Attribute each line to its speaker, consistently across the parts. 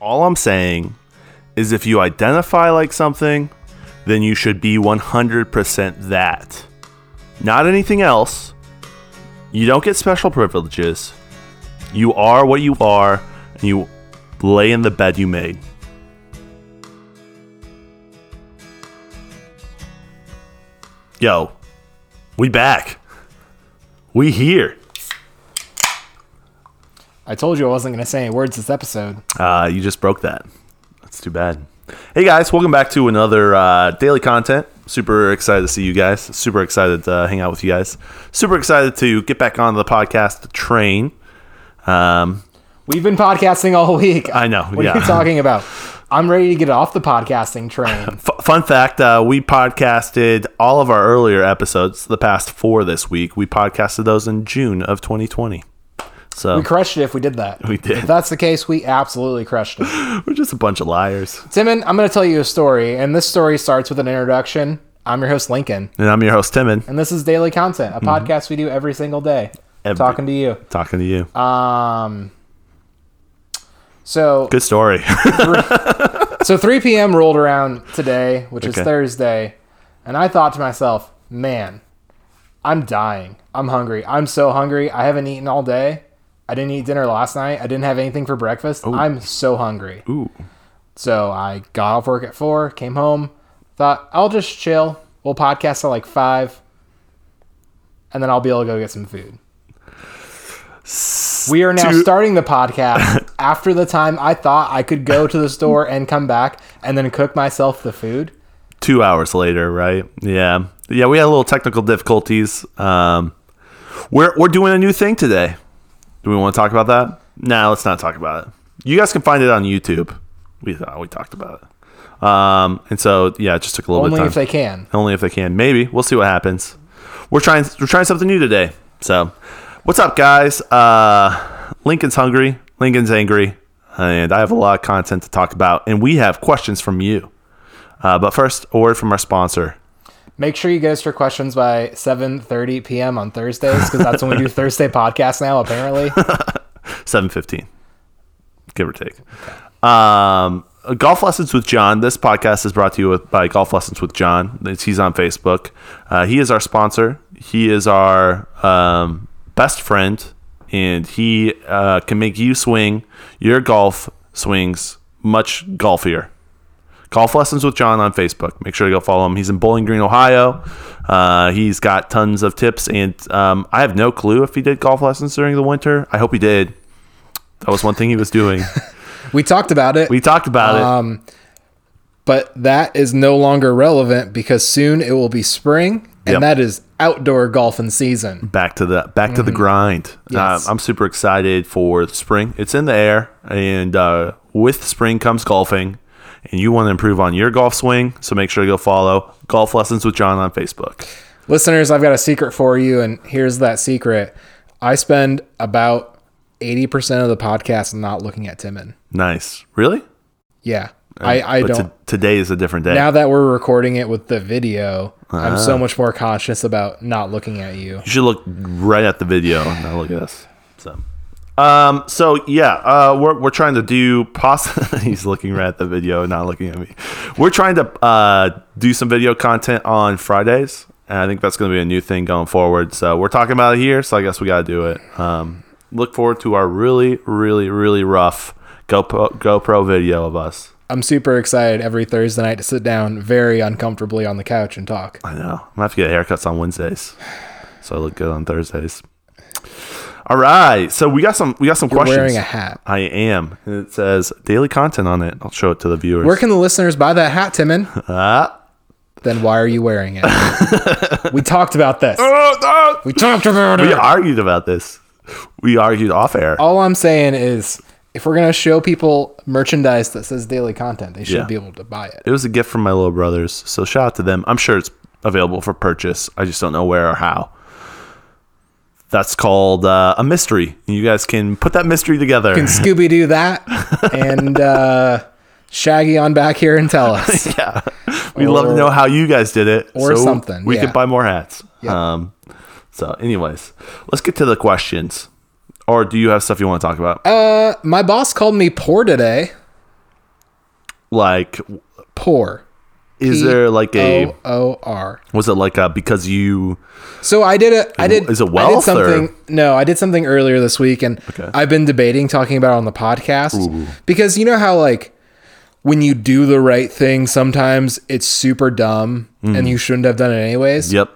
Speaker 1: All I'm saying is if you identify like something, then you should be 100% that. Not anything else. You don't get special privileges. You are what you are, and you lay in the bed you made. Yo, we back. We here.
Speaker 2: I told you I wasn't going to say any words this episode.
Speaker 1: Uh, you just broke that. That's too bad. Hey guys, welcome back to another uh, daily content. Super excited to see you guys. Super excited to uh, hang out with you guys. Super excited to get back on the podcast train. Um,
Speaker 2: We've been podcasting all week.
Speaker 1: I know,
Speaker 2: What
Speaker 1: yeah.
Speaker 2: are you talking about? I'm ready to get off the podcasting train.
Speaker 1: f- fun fact: uh, we podcasted all of our earlier episodes, the past four this week. We podcasted those in June of 2020. So
Speaker 2: we crushed it if we did that.
Speaker 1: We did.
Speaker 2: If that's the case, we absolutely crushed it.
Speaker 1: we're just a bunch of liars.
Speaker 2: Timon, I'm going to tell you a story, and this story starts with an introduction. I'm your host, Lincoln,
Speaker 1: And I'm your host Timon,
Speaker 2: and this is Daily Content, a podcast we do every single day.
Speaker 1: Mm-hmm. Every-
Speaker 2: Talking to you.
Speaker 1: talking to you.
Speaker 2: Um, so
Speaker 1: Good story.
Speaker 2: so 3 p.m. rolled around today, which
Speaker 1: Okay.
Speaker 2: is Thursday, and I thought to myself, man, I'm dying. I'm hungry. I'm so hungry. I haven't eaten all day. I didn't eat dinner last night. I didn't have anything for breakfast. I'm so hungry.
Speaker 1: Ooh,
Speaker 2: So I got off work at four, came home, thought I'll just chill. We'll podcast at like five, and then I'll be able to go get some food. We are now
Speaker 1: Stu-
Speaker 2: starting the podcast after the time I thought I could go to the store and come back and then cook myself the food.
Speaker 1: two hours later, right? Yeah, yeah. We had a little technical difficulties. Um, we're we're doing a new thing today. Do we want to talk about that? No, let's not talk about it. You guys can find it on YouTube. We thought we talked about it. Um, and so yeah, it just took a little
Speaker 2: Only
Speaker 1: bit
Speaker 2: if
Speaker 1: of time.
Speaker 2: they can.
Speaker 1: Only if they can. Maybe we'll see what happens. We're trying we're trying something new today. So, what's up, guys? Uh, Lincoln's hungry. Lincoln's angry, and I have a lot of content to talk about. And we have questions from you. Uh, but first, a word from our sponsor.
Speaker 2: Make sure you get us your questions by 7:30 p.m. on Thursdays because that's when we do Thursday podcasts now. Apparently,
Speaker 1: seven fifteen, give or take. Um, uh, golf lessons with John. This podcast is brought to you with, by Golf Lessons with John. It's, he's on Facebook. Uh, he is our sponsor. He is our um, best friend, and he uh, can make you swing your golf swings much golfier. Golf Lessons with John on Facebook. Make sure to go follow him. He's in Bowling Green, Ohio. Uh, he's got tons of tips, and um, I have no clue if he did golf lessons during the winter. I hope he did. That was one thing he was doing.
Speaker 2: we talked about it.
Speaker 1: We talked about it.
Speaker 2: Um, but that is no longer relevant because soon it will be spring, and
Speaker 1: Yep.
Speaker 2: that is outdoor golfing season.
Speaker 1: back to the back to the grind.
Speaker 2: mm-hmm. Yes.
Speaker 1: Uh, I'm super excited for spring. It's in the air, and uh, with spring comes golfing. And you want to improve on your golf swing, so make sure to go follow Golf Lessons with John on Facebook.
Speaker 2: Listeners, I've got a secret for you, and here's that secret: I spend about eighty percent of the podcast not looking at Timon.
Speaker 1: Nice, really.
Speaker 2: Yeah, I, I
Speaker 1: Uh, but
Speaker 2: don't.
Speaker 1: to- today is a different day.
Speaker 2: now that we're recording it with the video, I'm
Speaker 1: Ah.
Speaker 2: so much more conscious about not looking at you.
Speaker 1: You should look right at the video and not look at us. So, um, so yeah, uh, we're we're trying to do possibly. he's looking right at the video, and not looking at me. We're trying to uh, do some video content on Fridays, and I think that's going to be a new thing going forward. So we're talking about it here. So I guess we got to do it. Um, look forward to our really, really, really rough GoPro GoPro video of us.
Speaker 2: I'm super excited every Thursday night to sit down very uncomfortably on the couch and talk.
Speaker 1: I know. I'm gonna have to get haircuts on Wednesdays, so I look good on Thursdays. All right, so we got some we got some questions.
Speaker 2: Wearing a hat.
Speaker 1: I am, and it says daily content on it. I'll show it to the viewers. Ah.
Speaker 2: Where can the listeners buy that hat, Timon? Then why are you wearing it? we talked about this.
Speaker 1: Oh, no!
Speaker 2: We talked about
Speaker 1: We
Speaker 2: it.
Speaker 1: argued about this. We argued off air.
Speaker 2: All I'm saying is, if we're gonna show people merchandise that says daily content, they should
Speaker 1: Yeah.
Speaker 2: be able to buy it.
Speaker 1: It was a gift from my little brothers, so shout out to them. I'm sure it's available for purchase. I just don't know where or how. That's called uh, a mystery. You guys can put that mystery together.
Speaker 2: Scooby Doo that, and uh, Shaggy on back here and tell us.
Speaker 1: yeah. We'd love to
Speaker 2: Or-
Speaker 1: know how you guys did it.
Speaker 2: or something,
Speaker 1: We
Speaker 2: yeah.
Speaker 1: could buy more hats.
Speaker 2: Yeah.
Speaker 1: Um, so, anyways, let's get to the questions. Or do you have stuff you want to talk about?
Speaker 2: Uh, my boss called me poor today.
Speaker 1: like
Speaker 2: Pour.
Speaker 1: is there like a
Speaker 2: O O R.
Speaker 1: was it like a because you
Speaker 2: So I did a I did
Speaker 1: is it
Speaker 2: I
Speaker 1: wealth
Speaker 2: did something no, I did something earlier this week and I've been debating talking about it on the podcast because you know how like when you do the right thing sometimes it's super dumb
Speaker 1: Hmm.
Speaker 2: and you shouldn't have done it anyways.
Speaker 1: yep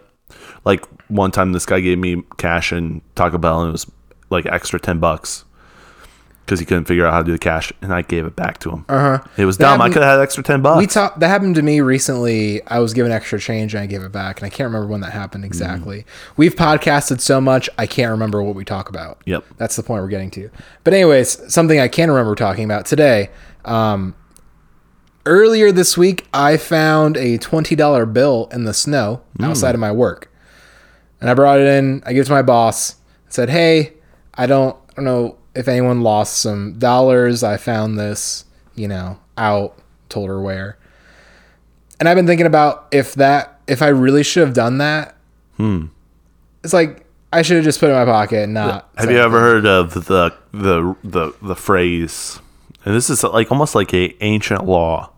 Speaker 1: like one time this guy gave me cash and Taco Bell and it was like extra ten bucks because he couldn't figure out how to do the cash and I gave it back to him. Uh huh. It was dumb. I
Speaker 2: happened-
Speaker 1: could have had extra ten bucks.
Speaker 2: Uh-huh. We talked that happened to me recently. I was given extra change and I gave it back and I can't remember when that happened exactly. We've podcasted so much I can't remember what we talk about.
Speaker 1: Yep.
Speaker 2: That's the point we're getting to. But anyways, something I can remember talking about today. Um, earlier this week, I found a twenty dollar bill in the snow outside of my work, and I brought it in. I gave it to my boss. I said, "Hey, I don't, I don't know if anyone lost some dollars. I found this, you know, out." Told her where. And I've been thinking about if that, if I really should have done that. Hmm. It's like I should have just put it in my pocket and not.
Speaker 1: Have
Speaker 2: say
Speaker 1: you ever heard of the the the the phrase? And this is like almost like a ancient law: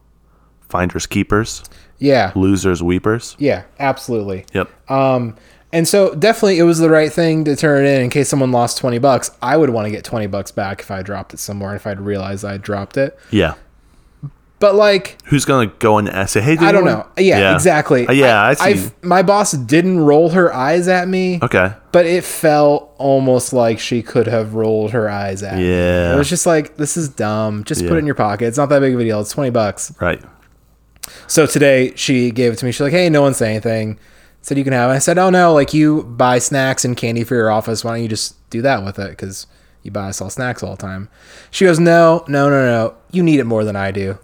Speaker 1: finders keepers,
Speaker 2: Yeah.
Speaker 1: losers weepers.
Speaker 2: Yeah, absolutely.
Speaker 1: Yep.
Speaker 2: Um, and so definitely it was the right thing to turn it in in case someone lost 20 bucks. I would want to get 20 bucks back if I dropped it somewhere and if I'd realized I dropped it.
Speaker 1: yeah.
Speaker 2: But like,
Speaker 1: Who's gonna go in and say, "Hey,
Speaker 2: I
Speaker 1: did
Speaker 2: don't
Speaker 1: you-
Speaker 2: know. Yeah, exactly.
Speaker 1: Uh, yeah, I, see.
Speaker 2: I've- my boss didn't roll her eyes at me,
Speaker 1: okay.
Speaker 2: but it felt almost like she could have rolled her eyes at me.
Speaker 1: Yeah.
Speaker 2: It was just like, this is dumb. Just put
Speaker 1: Yeah.
Speaker 2: it in your pocket. It's not that big of a deal. It's 20 bucks.
Speaker 1: Right.
Speaker 2: So today she gave it to me. She's like, "Hey, no one say anything." Said you can have. It. I said, "Oh no, like you buy snacks and candy for your office. Why don't you just do that with it? Because you buy us all snacks all the time." She goes, "No, no, no, no. You need it more than I do."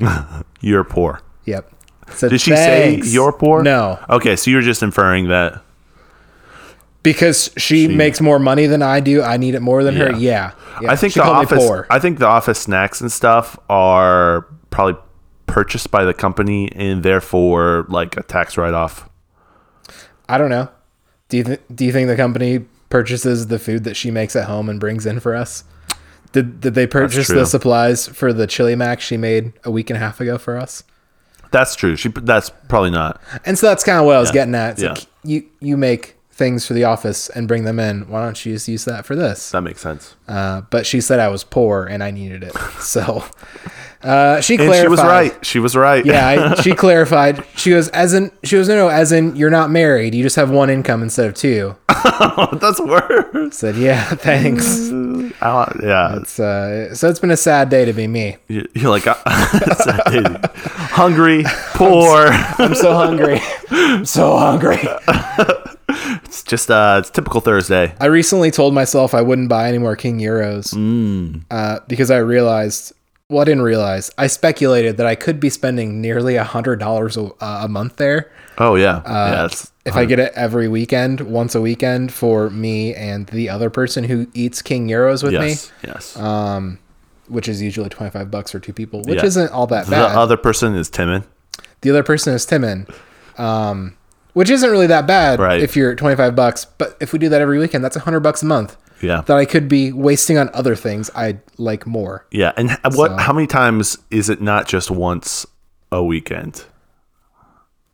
Speaker 1: You're poor.
Speaker 2: yep. So
Speaker 1: Did she say you're poor?
Speaker 2: No,
Speaker 1: Okay, so you're just inferring that.
Speaker 2: because she, makes more money than I do. I need it more than her. Yeah. Yeah.
Speaker 1: I think
Speaker 2: She
Speaker 1: the
Speaker 2: called me
Speaker 1: office. I think the office snacks and stuff are probably purchased by the company and therefore like a tax write off.
Speaker 2: I don't know. Do you th- do you think the company purchases the food that she makes at home and brings in for us? Did did they purchase
Speaker 1: true.
Speaker 2: the supplies for the chili mac she made a week and a half ago for us?
Speaker 1: That's true. She. That's probably not.
Speaker 2: And so that's kind of what I was getting at. It's
Speaker 1: Yeah.
Speaker 2: like you you make things for the office and bring them in. Why don't you just use that for this?
Speaker 1: That makes sense.
Speaker 2: Uh, but she said I was poor and I needed it, so uh, she
Speaker 1: And
Speaker 2: clarified.
Speaker 1: she was right. She was right.
Speaker 2: Yeah, I, she clarified. She goes, as in, she goes, no, no, as in, you're not married. You just have one income instead of two. I
Speaker 1: That's worse.
Speaker 2: said, yeah, thanks.
Speaker 1: I don't- yeah.
Speaker 2: It's, uh, so it's been a sad day to be me.
Speaker 1: You- You're like, I- it's like, hey, hungry, poor.
Speaker 2: I'm so hungry. I'm so hungry.
Speaker 1: It's just, uh, it's typical Thursday.
Speaker 2: I recently told myself I wouldn't buy any more King Euros uh, because I realized, well, I didn't realize, I speculated that I could be spending nearly $100 a, uh, a month there
Speaker 1: Oh, yeah.
Speaker 2: Uh,
Speaker 1: yeah. It's,
Speaker 2: if I get it every weekend, once a weekend for me and the other person who eats King Euros with
Speaker 1: yes. Yes.
Speaker 2: Uh, me, which is usually 25 bucks for two people, which
Speaker 1: Yeah.
Speaker 2: isn't all that
Speaker 1: the
Speaker 2: bad.
Speaker 1: other person is Timon.
Speaker 2: the other person is Timon, um, which isn't really that bad
Speaker 1: Right.
Speaker 2: if you're 25 bucks. But if we do that every weekend, that's 100 bucks a month
Speaker 1: Yeah.
Speaker 2: that I could be wasting on other things I like more.
Speaker 1: Yeah. And h- what, how many times is it not just once a weekend?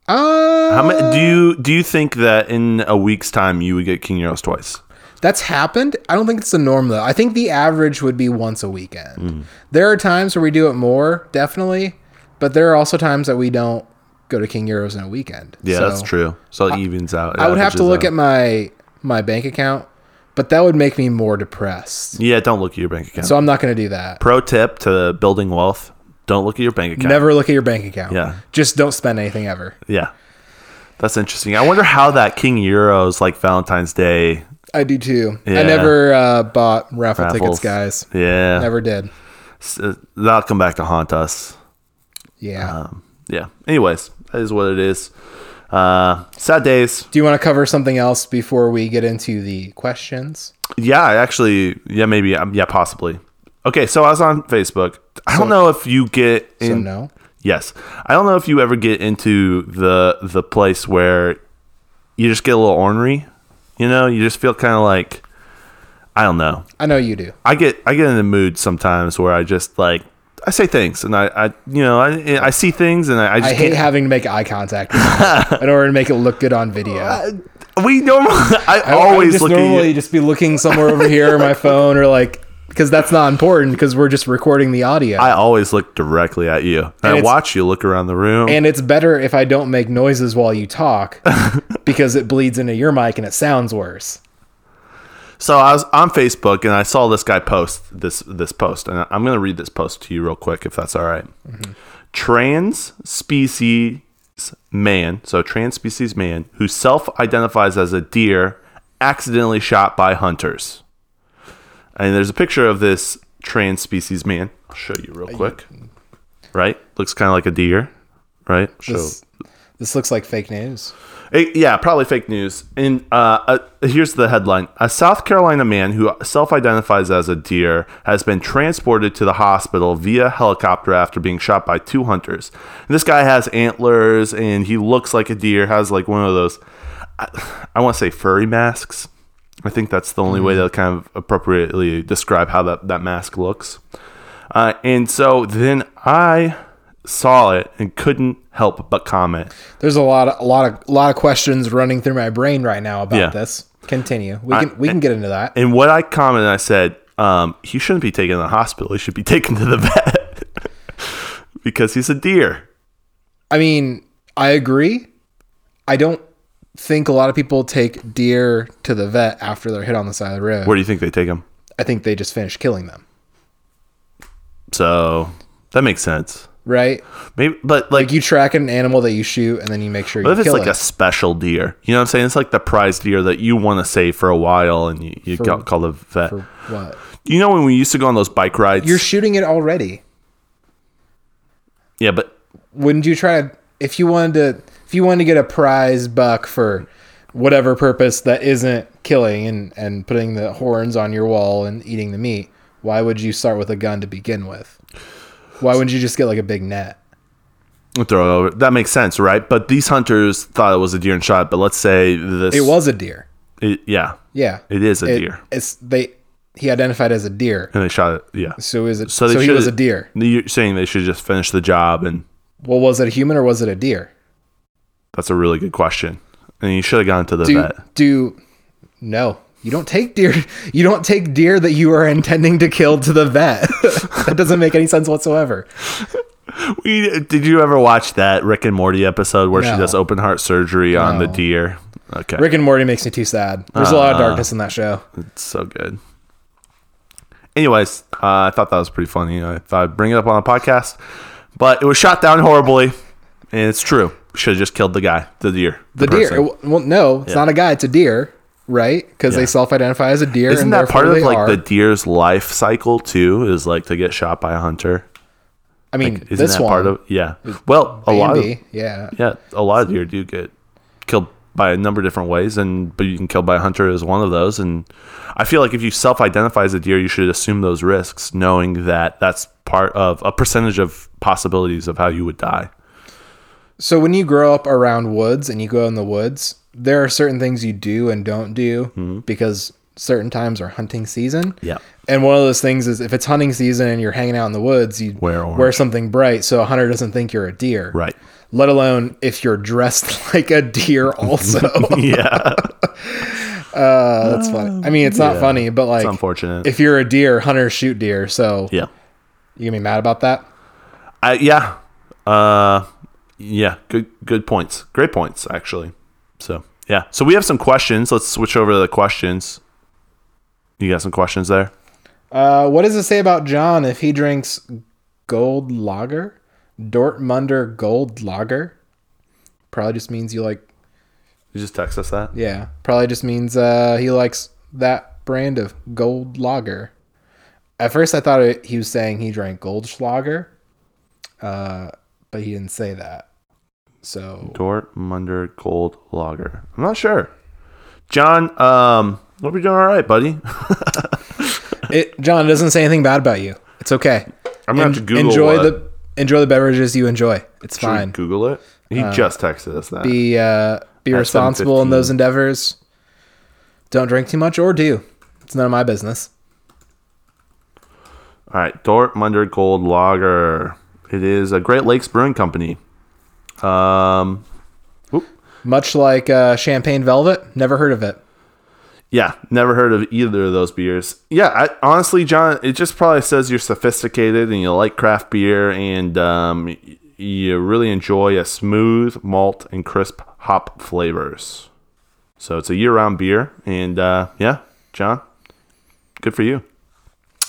Speaker 2: Uh,
Speaker 1: How many, do you, do you think that in a week's time you would get King Euros twice?
Speaker 2: that's happened. I don't think it's the norm though. I think the average would be once a weekend.
Speaker 1: Mm.
Speaker 2: There are times where we do it more, definitely, but there are also times that we don't go to King Euros in a weekend.
Speaker 1: Yeah,
Speaker 2: So,
Speaker 1: that's true. So it evens out.
Speaker 2: I would have to look at my my bank account, but that would make me more depressed.
Speaker 1: Yeah. Don't look at your bank account.
Speaker 2: So I'm not going to do that.
Speaker 1: Pro tip to building wealth. Don't look at your bank account.
Speaker 2: Never look at your bank account.
Speaker 1: Yeah.
Speaker 2: Just don't spend anything ever.
Speaker 1: Yeah. That's interesting. I wonder how that King Euros like Valentine's Day
Speaker 2: I do too.
Speaker 1: Yeah.
Speaker 2: I never uh, bought raffle
Speaker 1: raffles.
Speaker 2: tickets, guys.
Speaker 1: Yeah.
Speaker 2: Never did.
Speaker 1: S- uh, That'll come back to haunt us.
Speaker 2: Yeah.
Speaker 1: Um, yeah. Anyways, that is what it is. Uh, sad days.
Speaker 2: Do you want to cover something else before we get into the questions?
Speaker 1: Yeah, I actually. Yeah, maybe. Um, yeah, possibly. Okay, so I was on Facebook. I don't know if you get in.
Speaker 2: So no.
Speaker 1: Yes, I don't know if you ever get into the the place where you just get a little ornery. You know, you just feel kind of like I don't know.
Speaker 2: I know you do.
Speaker 1: I get I get in the mood sometimes where I just like I say things, and I, I you know, I, I see things, and I, I just
Speaker 2: I hate
Speaker 1: can't.
Speaker 2: having to make eye contact with people in order to make it look good on video.
Speaker 1: we normally, I,
Speaker 2: I- I would
Speaker 1: Uh, always
Speaker 2: just
Speaker 1: look
Speaker 2: normally
Speaker 1: at you.
Speaker 2: just be looking somewhere over here or my phone or like because that's not important because we're just recording the audio.
Speaker 1: I always look directly at you. And I
Speaker 2: it's-
Speaker 1: watch you look around the room.
Speaker 2: and it's better if I don't make noises while you talk because it bleeds into your mic and it sounds worse.
Speaker 1: So I was on Facebook and I saw this guy post this this post, and I'm gonna read this post to you real quick if that's all right. Trans species man, so trans species man who self-identifies as a deer, accidentally shot by hunters. And there's a picture of this trans species man. I'll show you real quick. Right, looks kind of like a deer. Right, show.
Speaker 2: This, this looks like fake news.
Speaker 1: It- yeah, probably fake news. And uh, uh, here's the headline: A South Carolina man who self-identifies as a deer has been transported to the hospital via helicopter after being shot by two hunters. And this guy has antlers, and he looks like a deer. Has like one of those, I, I want to say furry masks. I think that's the only way to kind of appropriately describe how that, that mask looks. Uh, and so then I saw it and couldn't help but comment.
Speaker 2: There's a lot, of, a lot of, a lot of questions running through my brain right now about
Speaker 1: Yeah.
Speaker 2: this. Continue. We can, we can get into that.
Speaker 1: And what I commented, I said, um, he shouldn't be taken to the hospital. He should be taken to the vet because he's a deer.
Speaker 2: I mean, I agree. I don't think a lot of people take deer to the vet after they're hit on the side of the road.
Speaker 1: Where do you think they take him?
Speaker 2: I think they just finished killing them,
Speaker 1: So that makes sense.
Speaker 2: right?
Speaker 1: Maybe, but like,
Speaker 2: Like you track an animal that you shoot and then you make sure
Speaker 1: what if
Speaker 2: you
Speaker 1: it's
Speaker 2: kill
Speaker 1: like a
Speaker 2: it.
Speaker 1: special deer? You know what I'm saying? It's like the prize deer that you want to save for a while, and you, you got call the vet.
Speaker 2: what?
Speaker 1: you know when we used to go on those bike rides?
Speaker 2: You're shooting it already.
Speaker 1: yeah, but
Speaker 2: Wouldn't you try to if you wanted to if you wanted to get a prize buck for whatever purpose that isn't killing and and putting the horns on your wall and eating the meat, why would you start with a gun to begin with? Why wouldn't you just get like a big net?
Speaker 1: we'll throw it over. That makes sense, right? But these hunters thought it was a deer and shot. But let's say this.
Speaker 2: It was a deer.
Speaker 1: it- yeah,
Speaker 2: Yeah.
Speaker 1: it is a
Speaker 2: It-
Speaker 1: deer,
Speaker 2: It's they he identified as a deer.
Speaker 1: and they shot it. Yeah.
Speaker 2: So is it
Speaker 1: So
Speaker 2: so,
Speaker 1: they
Speaker 2: he
Speaker 1: should-
Speaker 2: was a deer.
Speaker 1: You're saying they should just finish the job, and
Speaker 2: Well, was it a human or was it a deer?
Speaker 1: that's a really good question. And you should have gone to the
Speaker 2: Do
Speaker 1: vet.
Speaker 2: do no. You don't take deer you don't take deer that you are intending to kill to the vet. that doesn't make any sense whatsoever.
Speaker 1: We, did you ever watch that Rick and Morty episode where she
Speaker 2: No.
Speaker 1: does open heart surgery on the
Speaker 2: No.
Speaker 1: deer? Okay,
Speaker 2: Rick and Morty makes me too sad. There's a lot of
Speaker 1: Uh,
Speaker 2: darkness in that show.
Speaker 1: it's so good. Anyways, uh, I thought that was pretty funny. uh, I thought I'd bring it up on a podcast, but it was shot down horribly, and it's true. Should have just killed the guy, the deer,
Speaker 2: The deer.
Speaker 1: person.
Speaker 2: it- Well, no, it's not a guy. It's a deer, right? Because they self-identify as a deer.
Speaker 1: Isn't
Speaker 2: and
Speaker 1: that part
Speaker 2: therefore
Speaker 1: of
Speaker 2: they
Speaker 1: like
Speaker 2: are.
Speaker 1: the deer's life cycle too? Is like to get shot by a hunter.
Speaker 2: I mean,
Speaker 1: Isn't
Speaker 2: this
Speaker 1: that
Speaker 2: one.
Speaker 1: part of yeah? Well, a lot of
Speaker 2: Bambi, yeah.
Speaker 1: yeah, a lot of deer do get killed by a number of different ways, and but you can kill by a hunter is one of those. And I feel like if you self-identify as a deer, you should assume those risks, knowing that that's part of a percentage of possibilities of how you would die.
Speaker 2: So when you grow up around woods and you go in the woods, there are certain things you do and don't do because certain times are hunting season.
Speaker 1: Mm-hmm. Yeah.
Speaker 2: And one of those things is if it's hunting season and you're hanging out in the woods, you
Speaker 1: Wear orange.
Speaker 2: wear something bright so a hunter doesn't think you're a deer.
Speaker 1: Right.
Speaker 2: Let alone if you're dressed like a deer also.
Speaker 1: Yeah,
Speaker 2: Uh, that's funny. I mean, it's not funny, but like
Speaker 1: unfortunate.
Speaker 2: if you're a deer, hunters shoot deer. So
Speaker 1: yeah,
Speaker 2: you gonna be mad about that?
Speaker 1: I, yeah, uh, yeah. Good, good points. Great points, actually. So yeah, so we have some questions. Let's switch over to the questions. You got some questions there?
Speaker 2: Uh, what does it say about John if he drinks gold lager? Dortmunder gold lager? Probably just means you like,
Speaker 1: You just text us that.
Speaker 2: yeah, probably just means uh, he likes that brand of gold lager. At first, I thought it, he was saying he drank Goldschlager, uh, but he didn't say that. So,
Speaker 1: Dortmunder Gold Lager. I'm not sure. John, um, hope you're doing all right, buddy.
Speaker 2: it, John it doesn't say anything bad about you. It's okay.
Speaker 1: I'm gonna have to
Speaker 2: En-
Speaker 1: Google
Speaker 2: enjoy
Speaker 1: uh,
Speaker 2: the enjoy the beverages you enjoy. It's
Speaker 1: should we
Speaker 2: fine. Uh,
Speaker 1: Google it. He just texted us that.
Speaker 2: be uh, be responsible in
Speaker 1: 7:15.
Speaker 2: those endeavors. Don't drink too much or do. It's none of my business.
Speaker 1: All right, Dortmunder Gold Lager. It is a Great Lakes Brewing Company. Um,
Speaker 2: Much like uh, Champagne Velvet, never heard of it.
Speaker 1: yeah, never heard of either of those beers. Yeah, I, honestly, John, it just probably says you're sophisticated and you like craft beer and um, y- you really enjoy a smooth malt and crisp hop flavors. So it's a year-round beer, and uh, yeah, John, good for you.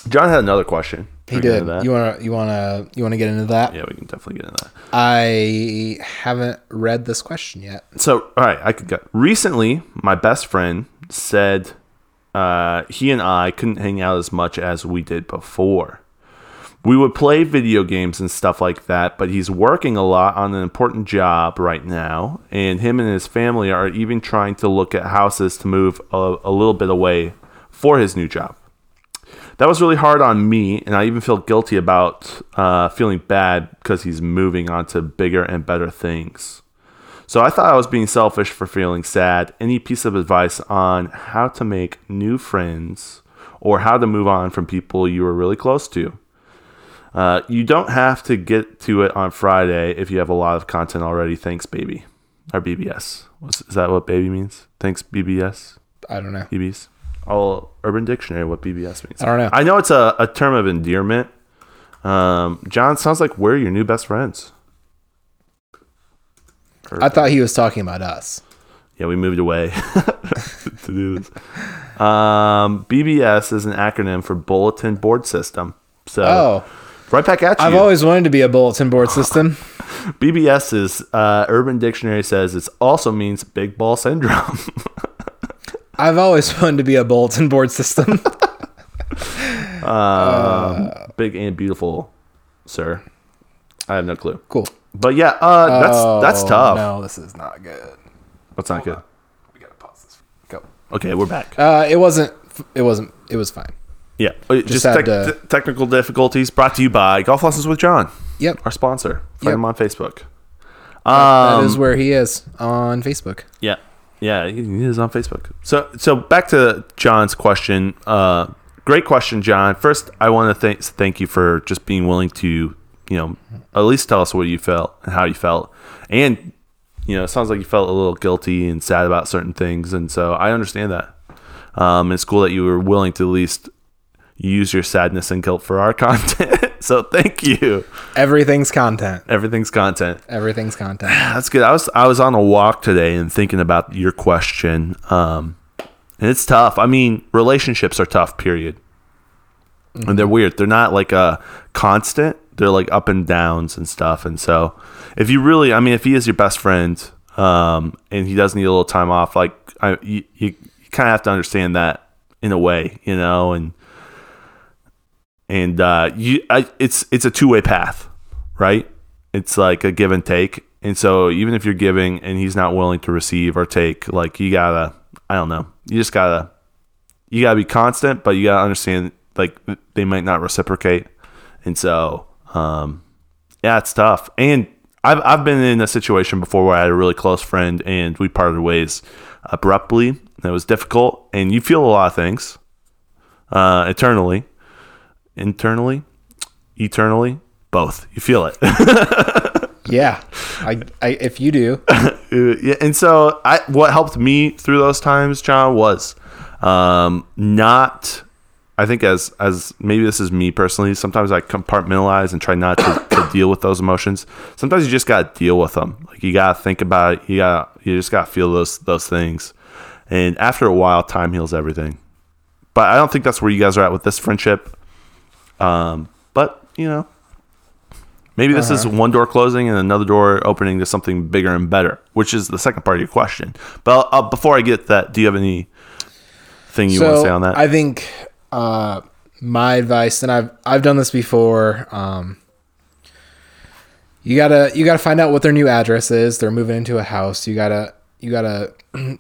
Speaker 1: John had another question.
Speaker 2: He
Speaker 1: Can we get
Speaker 2: did.
Speaker 1: into that?
Speaker 2: You wanna you wanna you wanna get into that?
Speaker 1: yeah, we can definitely get into that.
Speaker 2: I haven't read this question yet.
Speaker 1: So, all right, I could go. Recently, my best friend said uh, he and I couldn't hang out as much as we did before. We would play video games and stuff like that, but he's working a lot on an important job right now, and him and his family are even trying to look at houses to move a, a little bit away for his new job. That was really hard on me, and I even feel guilty about uh, feeling bad because he's moving on to bigger and better things. So I thought I was being selfish for feeling sad. Any piece of advice on how to make new friends or how to move on from people you were really close to? Uh, you don't have to get to it on Friday if you have a lot of content already. Thanks, baby. Or BBS. Was- Is that what baby means? Thanks, BBS.
Speaker 2: I don't know.
Speaker 1: BBS. All Urban Dictionary, what BBS means.
Speaker 2: I don't know.
Speaker 1: I know it's a, a term of endearment. Um, John, sounds like we're your new best friends.
Speaker 2: I thought he was talking about us.
Speaker 1: Yeah, we moved away to do this. Um, BBS is an acronym for Bulletin Board System. So
Speaker 2: Oh,
Speaker 1: right back at you.
Speaker 2: I've always wanted to be a bulletin board system.
Speaker 1: BBS is uh, Urban Dictionary says it also means Big Ball Syndrome.
Speaker 2: I've always wanted to be a bulletin board system. Oh.
Speaker 1: Um, Big and beautiful, sir. I have no clue.
Speaker 2: cool.
Speaker 1: But yeah, uh, that's that's
Speaker 2: Oh,
Speaker 1: tough.
Speaker 2: No, this is not good.
Speaker 1: That's not good.
Speaker 2: We gotta pause this. Go.
Speaker 1: Okay, we're back.
Speaker 2: Uh, it wasn't. It wasn't. It was fine.
Speaker 1: yeah, Uh, just,
Speaker 2: had
Speaker 1: tec-
Speaker 2: to-
Speaker 1: t- technical difficulties. Brought to you by Golf Lessons with John,
Speaker 2: Yep.
Speaker 1: our sponsor. Find
Speaker 2: Yep.
Speaker 1: him on Facebook. Um,
Speaker 2: that is where he is on Facebook.
Speaker 1: Yeah, yeah, he he is on Facebook. So, so back to John's question. Uh, great question, John. First, I want to thank thank you for just being willing to, you know, at least tell us what you felt and how you felt, and you know, it sounds like you felt a little guilty and sad about certain things, and so I understand that. Um, it's cool that you were willing to at least use your sadness and guilt for our content. so thank you.
Speaker 2: Everything's content.
Speaker 1: Everything's content.
Speaker 2: Everything's content.
Speaker 1: That's good. I was I was on a walk today and thinking about your question. Um, and it's tough. I mean, relationships are tough. Period. And they're weird. They're not like a constant. They're like up and downs and stuff. And so, if you really, I mean, if he is your best friend, um, and he does need a little time off, like I, you, you kind of have to understand that in a way, you know, and and uh, you, I, it's it's a two way path, right? It's like a give and take, and so even if you're giving and he's not willing to receive or take, like you gotta, I don't know, you just gotta, you gotta be constant, but you gotta understand like they might not reciprocate, and so um, yeah, it's tough. And I've I've been in a situation before where I had a really close friend and we parted ways abruptly. And it was difficult, and you feel a lot of things uh, eternally internally, eternally, both. You feel it. Uh,
Speaker 2: yeah. I, I. If you do,
Speaker 1: Uh, yeah, and so I, what helped me through those times, John, was um, not. I think as as maybe this is me personally. Sometimes I compartmentalize and try not to, to deal with those emotions. Sometimes you just got to deal with them. Like you got to think about it. You got to you just got to feel those those things. And after a while, time heals everything. But I don't think that's where you guys are at with this friendship. Um, but you know, Maybe this
Speaker 2: Uh-huh.
Speaker 1: is one door closing and another door opening to something bigger and better, which is the second part of your question. But uh, before I get that, do you have any thing you want to
Speaker 2: so
Speaker 1: say on that?
Speaker 2: I think uh, my advice, and I've I've done this before. Um, you gotta you gotta find out what their new address is. They're moving into a house. You gotta you gotta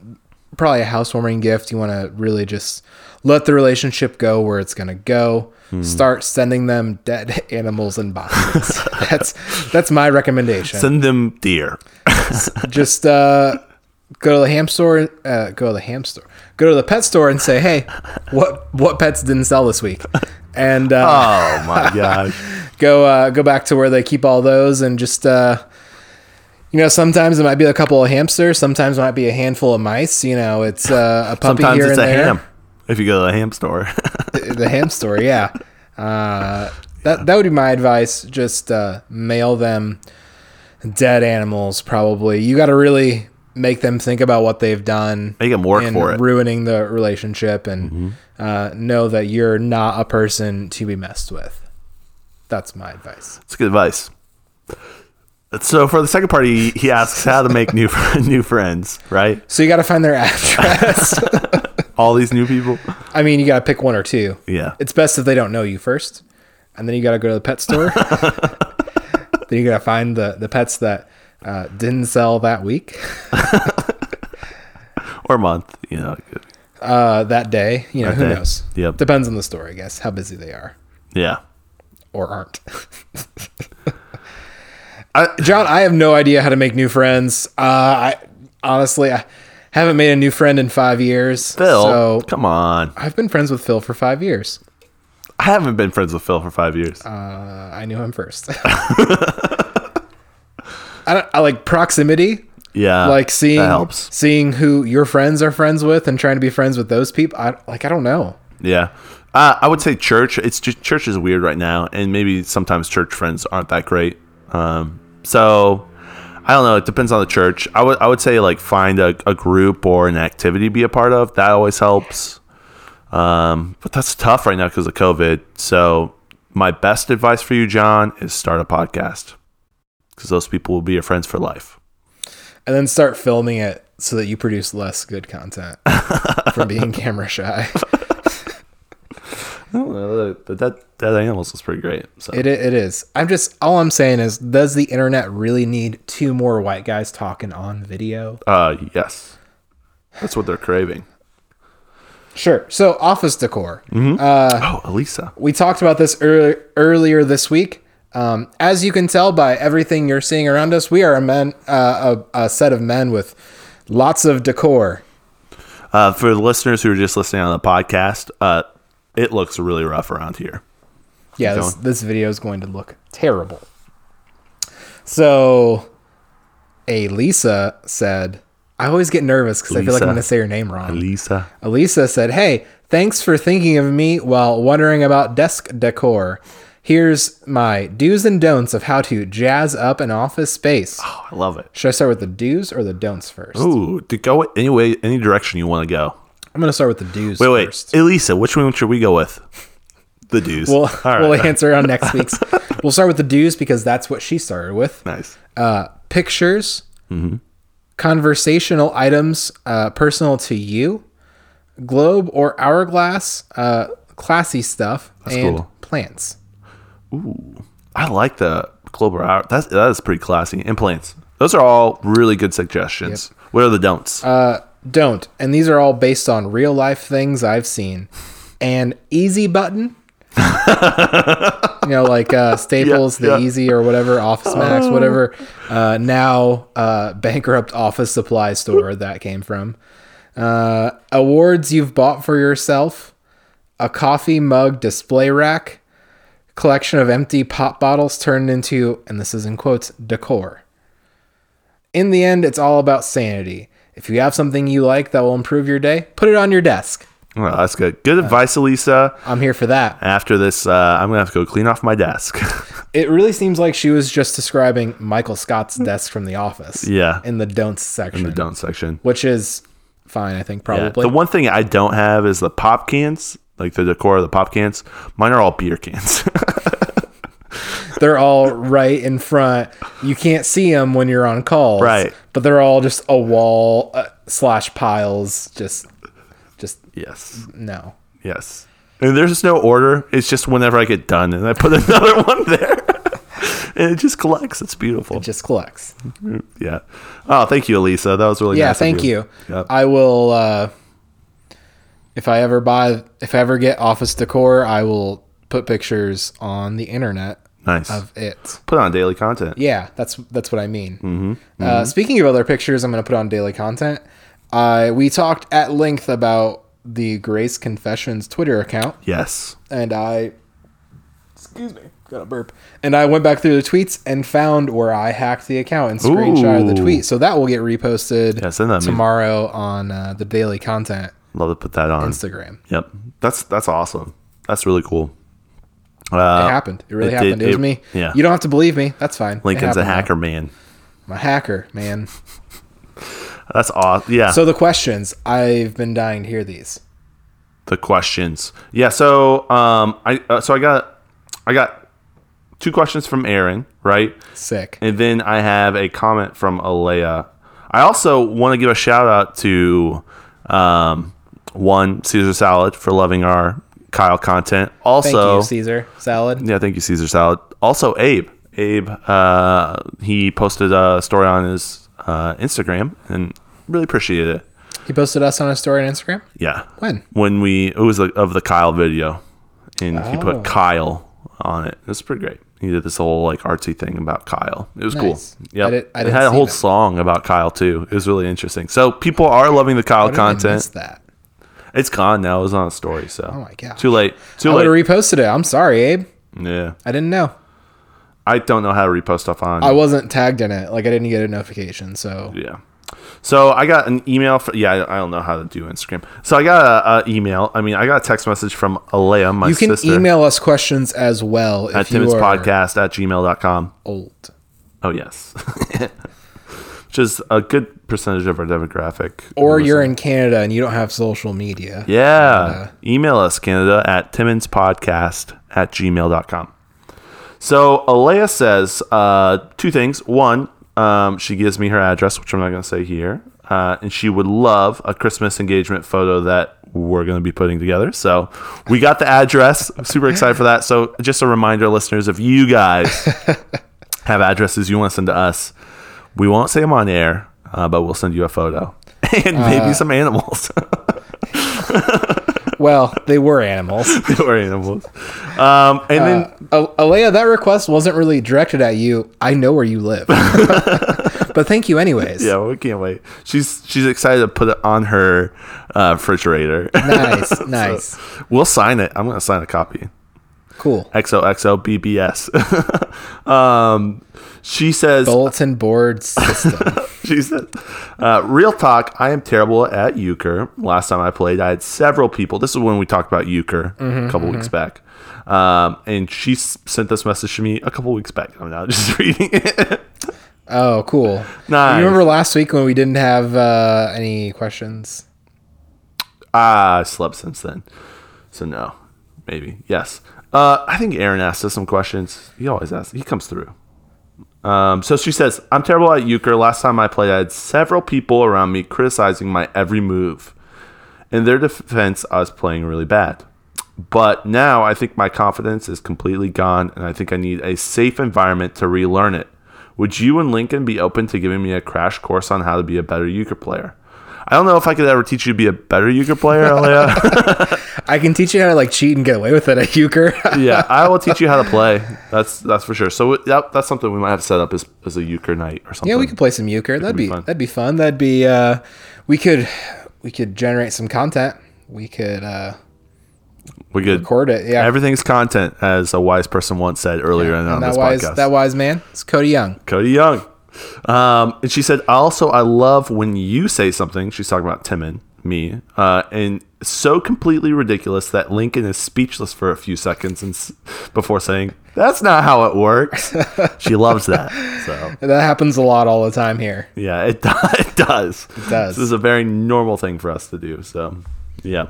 Speaker 2: probably a housewarming gift. You want to really just let the relationship go where it's gonna go.
Speaker 1: Hmm.
Speaker 2: Start sending them dead animals in boxes. that's that's my recommendation
Speaker 1: Send them deer.
Speaker 2: just uh go to the ham store. Uh, go to the ham store. Go to the pet store and say, "Hey, what what pets didn't sell this week?" And uh,
Speaker 1: Oh my gosh.
Speaker 2: go uh, go back to where they keep all those and just uh, you know sometimes it might be a couple of hamsters, sometimes it might be a handful of mice. You know, it's uh, a puppy
Speaker 1: Sometimes
Speaker 2: here
Speaker 1: it's a
Speaker 2: and there.
Speaker 1: ham. If you go to the ham store.
Speaker 2: the ham store, yeah. Uh, that that would be my advice. Just uh, mail them dead animals. Probably you got to really make them think about what they've done.
Speaker 1: Make 'em work
Speaker 2: and
Speaker 1: for it. Mm-hmm.
Speaker 2: Ruining the relationship and uh, know that you're not a person to be messed with. That's my advice.
Speaker 1: That's good advice. So for the second part, he, he asks how to make new new friends, right?
Speaker 2: So you got to find their address.
Speaker 1: All these new people.
Speaker 2: I mean, you got to pick one or two.
Speaker 1: Yeah.
Speaker 2: It's best if they don't know you first, and then you got to go to the pet store. then you got to find the the pets that uh, didn't sell that week,
Speaker 1: or month, you know.
Speaker 2: uh, that day. You know, who
Speaker 1: Okay.
Speaker 2: knows?
Speaker 1: Yep.
Speaker 2: Depends on the store, I guess. How busy they are
Speaker 1: Yeah.
Speaker 2: or aren't. I, John, I have no idea how to make new friends. Uh, I honestly, I haven't made a new friend in five years.
Speaker 1: Phil,
Speaker 2: so
Speaker 1: come on.
Speaker 2: I've been friends with Phil for five years.
Speaker 1: I haven't been friends with Phil for five years.
Speaker 2: Uh, I knew him first. I, don't, I like proximity,
Speaker 1: yeah.
Speaker 2: like seeing
Speaker 1: Ah, that helps.
Speaker 2: seeing who your friends are friends with and trying to be friends with those people. I like I don't know.
Speaker 1: Yeah. Uh, I would say church. It's just church is weird right now, and maybe sometimes church friends aren't that great. Um, so I don't know. It depends on the church. I would I would say like find a, a group or an activity to be a part of. That always helps. Um, but that's tough right now because of COVID. So my best advice for you, John, is start a podcast because those people will be your friends for life.
Speaker 2: And then start filming it so that you produce less good content from being camera shy.
Speaker 1: But that that animals was pretty great. So
Speaker 2: It i- it is. I'm just all I'm saying is, does the internet really need two more white guys talking on video?
Speaker 1: uh, yes, that's what they're craving.
Speaker 2: Sure. So office decor. Uh,
Speaker 1: oh, Elisa.
Speaker 2: we talked about this earlier earlier this week. Um, as you can tell by everything you're seeing around us, we are a men uh, a, a set of men with lots of decor.
Speaker 1: Uh, for the listeners who are just listening on the podcast, uh, it looks really rough around here.
Speaker 2: Yeah, this, this video is going to look terrible. So, Elisa said, "I always get nervous because I feel like I'm
Speaker 1: Lisa.
Speaker 2: going to say your name wrong."
Speaker 1: Elisa.
Speaker 2: Elisa said, Hey, thanks for thinking of me while wondering about desk decor. Here's my do's and don'ts of how to jazz up an office space.
Speaker 1: Oh, I love it.
Speaker 2: Should I start with the do's or the don'ts first?
Speaker 1: Ooh, to go any way, any direction you want to go.
Speaker 2: I'm going to start with the do's
Speaker 1: Wait, wait,
Speaker 2: first.
Speaker 1: Elisa, which one should we go with? The dudes.
Speaker 2: We'll,
Speaker 1: All right,
Speaker 2: we'll answer on next week's. we'll start with the do's because that's what she started with.
Speaker 1: nice.
Speaker 2: Uh, pictures,
Speaker 1: Mm-hmm.
Speaker 2: conversational items uh, personal to you, globe or hourglass, uh, classy stuff, and
Speaker 1: cool.
Speaker 2: plants.
Speaker 1: I like the global hour. That's that is pretty classy. And plants. Those are all really good suggestions. What are the don'ts?
Speaker 2: Uh, don't. And these are all based on real life things I've seen. An easy button, you know, like uh, Staples,
Speaker 1: yeah. Oh.
Speaker 2: the Easy or whatever, Office Max, whatever. Uh, now uh, bankrupt office supply store that came from. Uh, awards you've bought for yourself, a coffee mug display rack, collection of empty pop bottles turned into, and this is in quotes, decor. In the end, it's all about sanity. If you have something you like that will improve your day, put it on your desk.
Speaker 1: well, Oh, that's good. Good advice, Elisa.
Speaker 2: I'm here for that.
Speaker 1: After this, uh, I'm gonna have to go clean off my desk.
Speaker 2: It really seems like she was just describing Michael Scott's desk from The Office.
Speaker 1: Yeah.
Speaker 2: In the don'ts section,
Speaker 1: the don't section.
Speaker 2: which is fine, I think,
Speaker 1: Yeah,
Speaker 2: probably.
Speaker 1: The one thing I don't have is the pop cans, like the decor of the pop cans. Mine are all beer cans.
Speaker 2: They're all right in front. You can't see them when you're on calls.
Speaker 1: Right.
Speaker 2: But they're all just a wall uh, slash piles. Just, just
Speaker 1: yes.
Speaker 2: no.
Speaker 1: Yes. And there's just no order. It's just whenever I get done and I put another one there. and it just collects. It's beautiful.
Speaker 2: It just collects.
Speaker 1: yeah. Oh, thank you, Elisa. That was really
Speaker 2: yeah
Speaker 1: nice of
Speaker 2: thank you,
Speaker 1: Yep.
Speaker 2: i will uh if i ever buy if i ever get office decor i will put pictures on the internet
Speaker 1: Nice.
Speaker 2: of it.
Speaker 1: Put on daily content.
Speaker 2: Yeah, that's that's what I mean. Uh, speaking of other pictures, I'm going to put on daily content. Uh, we talked at length about the Grace Confessions Twitter account,
Speaker 1: Yes.
Speaker 2: and I, excuse me, got a burp, and I went back through the tweets and found where I hacked the account and screenshot the
Speaker 1: Ooh.
Speaker 2: tweet, so that will get reposted
Speaker 1: Yeah, send that to me.
Speaker 2: tomorrow on uh, the daily content
Speaker 1: Love to put that on.
Speaker 2: Instagram.
Speaker 1: Yep. That's that's awesome. That's really cool. Uh,
Speaker 2: it happened. It really
Speaker 1: Oh. it did-
Speaker 2: happened. it, was
Speaker 1: it-
Speaker 2: me.
Speaker 1: yeah.
Speaker 2: You don't have to believe me. That's fine. It
Speaker 1: Lincoln's a
Speaker 2: happened now.
Speaker 1: hacker man.
Speaker 2: I'm a hacker, man.
Speaker 1: That's awesome. Yeah.
Speaker 2: So the questions, I've been dying to hear these.
Speaker 1: the questions. Yeah, so um I uh, so I got I got two questions from Aaron, right?
Speaker 2: Sick.
Speaker 1: And then I have a comment from Alea. I also want to give a shout out to um one Caesar Salad for loving our Kyle content.
Speaker 2: Thank
Speaker 1: Also
Speaker 2: you, Caesar. Salad.
Speaker 1: Yeah, thank you, Caesar Salad. Also, Abe. Abe, uh, he posted a story on his uh, Instagram and really appreciated it.
Speaker 2: He posted us on his story on Instagram.
Speaker 1: Yeah.
Speaker 2: When?
Speaker 1: When we, it was the, of the Kyle video, and he
Speaker 2: Oh.
Speaker 1: put Kyle on it. It was pretty great. He did this whole like artsy thing about Kyle. It was
Speaker 2: Nice.
Speaker 1: cool.
Speaker 2: I did-
Speaker 1: Yep.
Speaker 2: I
Speaker 1: it
Speaker 2: didn't
Speaker 1: had a
Speaker 2: see
Speaker 1: whole
Speaker 2: that.
Speaker 1: song about Kyle too. It was really interesting. So people are loving the Kyle
Speaker 2: How did I miss
Speaker 1: content.
Speaker 2: that.
Speaker 1: It's gone now. It was on a story. So oh
Speaker 2: my gosh.
Speaker 1: too late. Too
Speaker 2: I would
Speaker 1: late.
Speaker 2: have reposted it. I'm sorry, Abe.
Speaker 1: yeah.
Speaker 2: I didn't know.
Speaker 1: I don't know how to repost stuff on.
Speaker 2: I wasn't tagged in it. Like I didn't get a notification. So
Speaker 1: Yeah. So I got an email. For, yeah, I- I don't know how to do Instagram. So I got a, a email. I mean, I got a text message from Alea, my
Speaker 2: you can
Speaker 1: sister,
Speaker 2: email us questions as well if
Speaker 1: at
Speaker 2: you
Speaker 1: Timmons
Speaker 2: are
Speaker 1: podcast at gmail.com.
Speaker 2: old.
Speaker 1: Oh, yes. Which is a good percentage of our demographic.
Speaker 2: Or you're in Canada and you don't have social media.
Speaker 1: Yeah. Email us, Canada, at timmonspodcast at gmail.com. So Alea says uh, two things. One, um, she gives me her address, which I'm not going to say here. Uh, and she would love a Christmas engagement photo that we're going to be putting together. So we got the address. Super excited for that. So just a reminder, listeners, if you guys have addresses you want to send to us, we won't say them on air, uh, but we'll send you a photo and maybe some animals.
Speaker 2: Well, they were animals.
Speaker 1: They were animals. Um, and then
Speaker 2: Uh, A- Alea, that request wasn't really directed at you. I know where you live. but thank you anyways.
Speaker 1: yeah, we can't wait. She's she's excited to put it on her uh, refrigerator.
Speaker 2: Nice, nice.
Speaker 1: we'll sign it. I'm gonna sign a copy.
Speaker 2: cool.
Speaker 1: XOXO BBS. um, she says.
Speaker 2: Bulletin board system.
Speaker 1: She says. Uh, Real talk. I am terrible at euchre. Last time I played, I had several people. This is when we talked about euchre a couple weeks back. Um, and she s- sent this message to me a couple weeks back. I'm now just reading it.
Speaker 2: oh, cool.
Speaker 1: Nice.
Speaker 2: You remember last week when we didn't have uh, any questions?
Speaker 1: Ah, I slept since then. So no, maybe yes. Uh, I think Aaron asked us some questions. He always asks. He comes through. Um, so she says, "I'm terrible at euchre. Last time I played, I had several people around me criticizing my every move. In their defense, I was playing really bad. But now I think my confidence is completely gone, and I think I need a safe environment to relearn it. Would you and Lincoln be open to giving me a crash course on how to be a better euchre player? I don't know if I could ever teach you to be a better euchre player, Alea.
Speaker 2: I can teach you how to like cheat and get away with it at euchre.
Speaker 1: yeah, I will teach you how to play. That's that's for sure. So that, that's something we might have set up as, as a euchre night or something.
Speaker 2: yeah, we could play some euchre. That'd
Speaker 1: be
Speaker 2: be,
Speaker 1: fun.
Speaker 2: that'd be fun. That'd be uh, we could we could generate some content. We could uh,
Speaker 1: We could-
Speaker 2: record it. Yeah.
Speaker 1: Everything's content, as a wise person once said earlier in on
Speaker 2: and that
Speaker 1: this
Speaker 2: wise
Speaker 1: podcast.
Speaker 2: that wise man. It's Cody Young.
Speaker 1: Cody Young. Um, and she said, also, I love when you say something. She's talking about Timon, me, uh, and so completely ridiculous that Lincoln is speechless for a few seconds and s- before saying, that's not how it works. she loves that. So,
Speaker 2: That happens a lot all the time here.
Speaker 1: yeah, it, do- it does. It
Speaker 2: does.
Speaker 1: This is a very normal thing for us to do. So, yeah.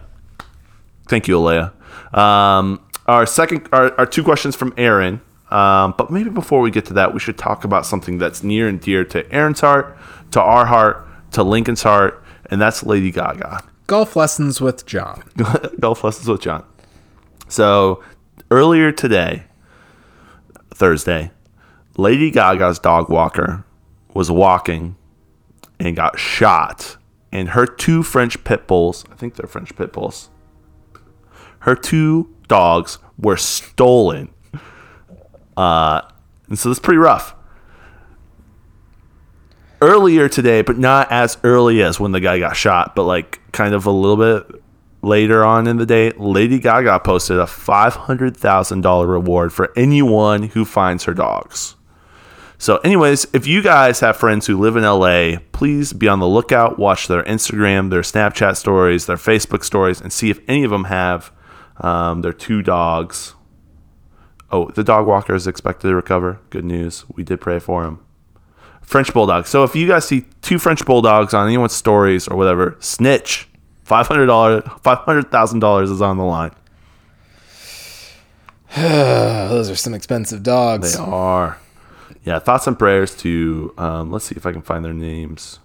Speaker 1: Thank you, Alea. Um, our second, our, our two questions from Aaron. Um, but maybe before we get to that, we should talk about something that's near and dear to Aaron's heart, to our heart, to Lincoln's heart, and that's Lady Gaga.
Speaker 2: Golf lessons with John.
Speaker 1: Golf lessons with John. So earlier today, Thursday, Lady Gaga's dog walker was walking and got shot. And her two French pit bulls, I think they're French pit bulls, her two dogs were stolen Uh, and so that's pretty rough. Earlier today, but not as early as when the guy got shot, but like kind of a little bit later on in the day, Lady Gaga posted a $500,000 reward for anyone who finds her dogs. So, anyways, if you guys have friends who live in LA, please be on the lookout, watch their Instagram, their Snapchat stories, their Facebook stories, and see if any of them have um, their two dogs. Oh, the dog walker is expected to recover. Good news. We did pray for him. French Bulldog. So, if you guys see two French Bulldogs on anyone's stories or whatever, snitch. $500, $500,000 is on the line.
Speaker 2: Oh, those are some expensive dogs.
Speaker 1: They are. Yeah, thoughts and prayers to. Um, let's see if I can find their names.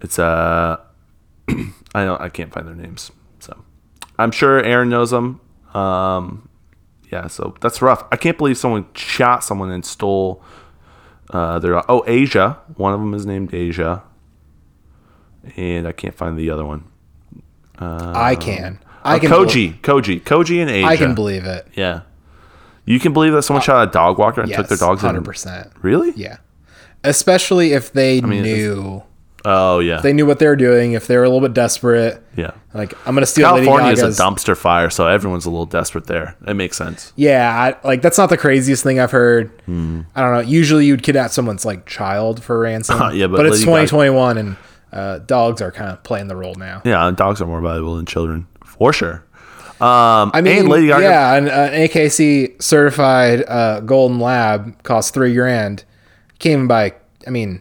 Speaker 1: It's uh, I don't. I can't find their names. So, I'm sure Aaron knows them. Um, yeah. So that's rough. I can't believe someone shot someone and stole. Uh, their oh Asia. One of them is named Asia. And I can't find the other one.
Speaker 2: I can. I
Speaker 1: Oh,
Speaker 2: can. believe-
Speaker 1: uh, Koji, Koji, Koji, and Asia.
Speaker 2: I can believe it.
Speaker 1: Yeah. You can believe that someone shot a dog walker and
Speaker 2: Yes,
Speaker 1: took their dogs.
Speaker 2: Hundred
Speaker 1: and-
Speaker 2: percent.
Speaker 1: Really?
Speaker 2: Yeah. Especially if they
Speaker 1: it's-
Speaker 2: knew
Speaker 1: Oh yeah.
Speaker 2: they knew what they were doing. If they were a little bit desperate,
Speaker 1: yeah.
Speaker 2: like I'm gonna steal
Speaker 1: California
Speaker 2: Lady
Speaker 1: is a
Speaker 2: Gaga's.
Speaker 1: dumpster fire, so everyone's a little desperate there. It makes sense.
Speaker 2: Yeah, I, like that's not the craziest thing I've heard.
Speaker 1: Hmm.
Speaker 2: I don't know. Usually you'd kidnap someone's like child for ransom.
Speaker 1: Yeah, but
Speaker 2: it's
Speaker 1: Lady Gaga-
Speaker 2: 2021 and uh, dogs are kind of playing the role now.
Speaker 1: Yeah, and dogs are more valuable than children for sure. Um,
Speaker 2: I mean,
Speaker 1: and Lady Gaga.
Speaker 2: yeah, an, uh, an AKC certified uh, golden lab costs three grand. Can't even buy. I mean,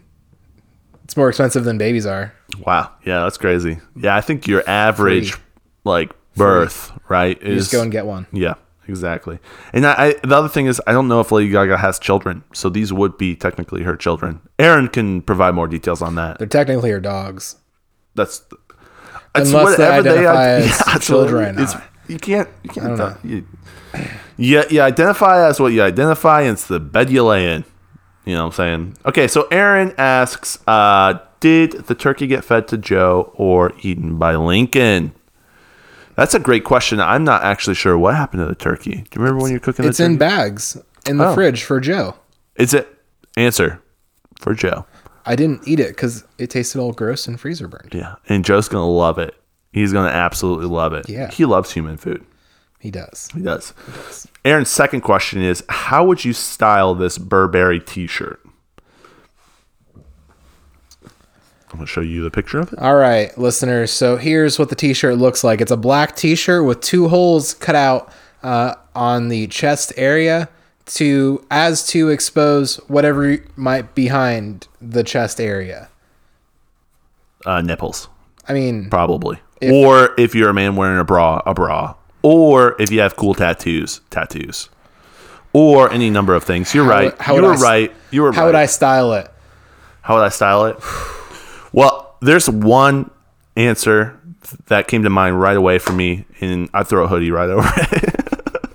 Speaker 2: it's more expensive than babies are.
Speaker 1: Wow. Yeah, that's crazy. Yeah, I think your average like birth right is
Speaker 2: Just go and get one.
Speaker 1: yeah exactly. And I, I the other thing is I don't know if Lady Gaga has children, so these would be technically her children. Aaron can provide more details on that.
Speaker 2: They're technically your dogs.
Speaker 1: That's it's
Speaker 2: Unless they
Speaker 1: whatever
Speaker 2: identify as
Speaker 1: it's
Speaker 2: children,
Speaker 1: what- it's-
Speaker 2: uh,
Speaker 1: you can't. You can't. You, you, you identify as what you identify, and it's the bed you lay in. You know what I'm saying? Okay, so Aaron asks, uh, did the turkey get fed to Joe or eaten by Lincoln? That's a great question. I'm not actually sure what happened to the turkey. Do you remember when you're cooking
Speaker 2: It's
Speaker 1: the turkey?
Speaker 2: in bags in the
Speaker 1: Oh.
Speaker 2: fridge for Joe.
Speaker 1: Is it answer for Joe?
Speaker 2: I didn't eat it because it tasted all gross and freezer burned.
Speaker 1: Yeah, and Joe's gonna love it. He's gonna absolutely love it.
Speaker 2: Yeah.
Speaker 1: he loves human food.
Speaker 2: He does.
Speaker 1: He does. Aaron's second question is How would you style this Burberry t shirt? I'm going to show you the picture of it.
Speaker 2: All right, listeners. So here's what the T-shirt looks like. It's a black T-shirt with two holes cut out uh, on the chest area to as to expose whatever might be behind the chest area.
Speaker 1: Uh, nipples,
Speaker 2: I mean,
Speaker 1: probably. or if you're a man wearing a bra, a bra. Or if you have cool tattoos, tattoos. Or any number of things. You're right.
Speaker 2: would- how
Speaker 1: you
Speaker 2: would
Speaker 1: were
Speaker 2: I s-
Speaker 1: right. You were
Speaker 2: how
Speaker 1: right.
Speaker 2: would I style it?
Speaker 1: How would I style it? Well, there's one answer that came to mind right away for me, and I throw a hoodie right over it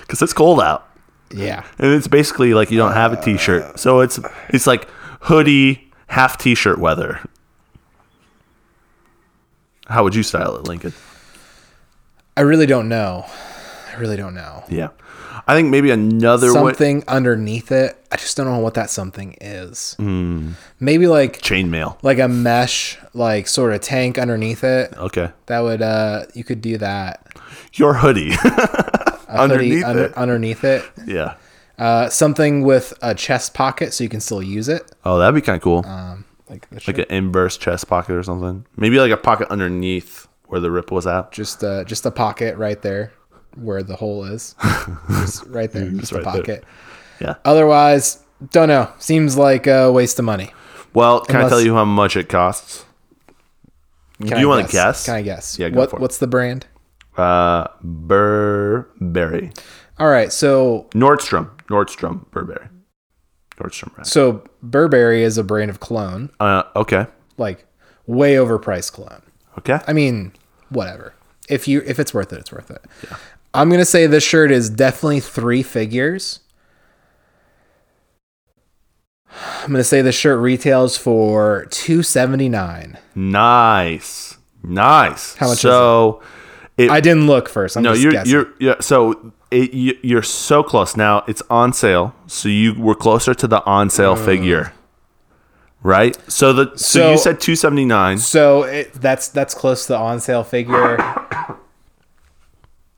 Speaker 1: because it's cold out,
Speaker 2: Yeah,
Speaker 1: and it's basically like you don't have a
Speaker 2: Uh,
Speaker 1: t-shirt, so it's it's like hoodie half t-shirt weather. How would you style it, Lincoln?
Speaker 2: I really don't know. I really don't know.
Speaker 1: Yeah, I think maybe another one
Speaker 2: something underneath it. I just don't know what that something is. Maybe like
Speaker 1: chainmail.
Speaker 2: like a mesh, like sort of tank underneath it.
Speaker 1: Okay,
Speaker 2: That would uh, you could do that.
Speaker 1: your hoodie underneath
Speaker 2: hoodie under-
Speaker 1: it.
Speaker 2: underneath it.
Speaker 1: Yeah.
Speaker 2: Uh, something with a chest pocket so you can still use it. Um,
Speaker 1: Oh, that'd be kind of cool.
Speaker 2: Uh, Like, the
Speaker 1: like an inverse chest pocket or something. Maybe like a pocket underneath where the rip was at.
Speaker 2: just uh, just a pocket right there where the hole is. just right there. Just, a
Speaker 1: right there.
Speaker 2: pocket.
Speaker 1: Yeah.
Speaker 2: Otherwise, don't know. Seems like a waste of money.
Speaker 1: Well, can I
Speaker 2: Unless-
Speaker 1: tell you how much it costs?
Speaker 2: Can
Speaker 1: Do you
Speaker 2: I
Speaker 1: wanna guess?
Speaker 2: Can I guess?
Speaker 1: Yeah, go
Speaker 2: what,
Speaker 1: for it.
Speaker 2: What's the brand?
Speaker 1: Uh, Burberry,
Speaker 2: All right, so
Speaker 1: Nordstrom, Nordstrom, Burberry, Nordstrom. Rack.
Speaker 2: so Burberry is a brand of cologne,
Speaker 1: Uh, okay,
Speaker 2: like way overpriced cologne.
Speaker 1: okay.
Speaker 2: I mean, whatever. If you if it's worth it, it's worth it. I'm gonna say this shirt is definitely three figures. I'm gonna say this shirt retails for two seventy nine.
Speaker 1: Nice, nice.
Speaker 2: How much is
Speaker 1: So,
Speaker 2: I didn't look first. I'm
Speaker 1: no,
Speaker 2: just
Speaker 1: you're
Speaker 2: guessing.
Speaker 1: you're yeah. So it, you, you're so close now. It's on sale, so you were closer to the on sale figure, right? So the so, you
Speaker 2: Uh. So-
Speaker 1: said two seventy nine.
Speaker 2: So it, that's that's close to the on sale figure.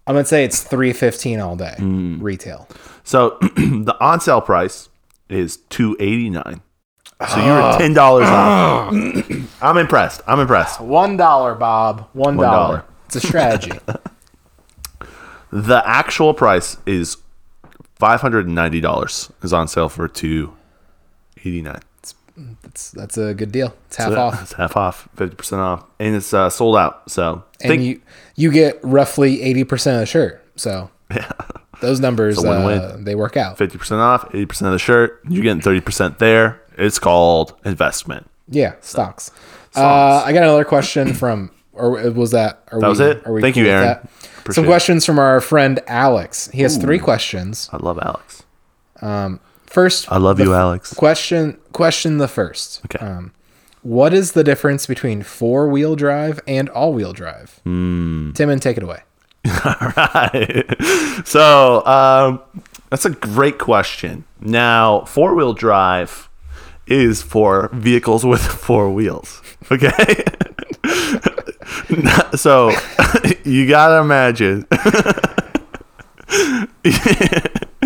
Speaker 2: I'm gonna say it's three fifteen all day retail.
Speaker 1: So the on sale price is two eighty nine. So you
Speaker 2: Ah.
Speaker 1: were ten dollars off. I'm impressed. I'm impressed.
Speaker 2: One dollar, Bob. One
Speaker 1: dollar.
Speaker 2: dollar. It's a strategy.
Speaker 1: The actual price is five hundred and ninety dollars. Is on sale for two eighty nine.
Speaker 2: that's that's a good deal. It's half off.
Speaker 1: It's half off, fifty percent off, and it's uh, sold out. So
Speaker 2: and you you get roughly 80% of the shirt so those numbers
Speaker 1: win-win.
Speaker 2: uh, they work out
Speaker 1: fifty percent off, eighty percent of the shirt. You're getting thirty percent there. It's called investment.
Speaker 2: yeah stocks uh, i got another question from or was that are that
Speaker 1: was it? Thank you, Aaron. Appreciate
Speaker 2: some
Speaker 1: it.
Speaker 2: questions from our friend alex he has three questions
Speaker 1: I love Alex.
Speaker 2: first
Speaker 1: I love
Speaker 2: the
Speaker 1: you,
Speaker 2: f-
Speaker 1: Alex.
Speaker 2: question question the first
Speaker 1: Okay.
Speaker 2: what is the difference between four-wheel drive and all-wheel drive
Speaker 1: Hmm.
Speaker 2: timon take it away
Speaker 1: right. So um, that's a great question. Now, four wheel drive is for vehicles with four wheels. Okay. so you got to imagine.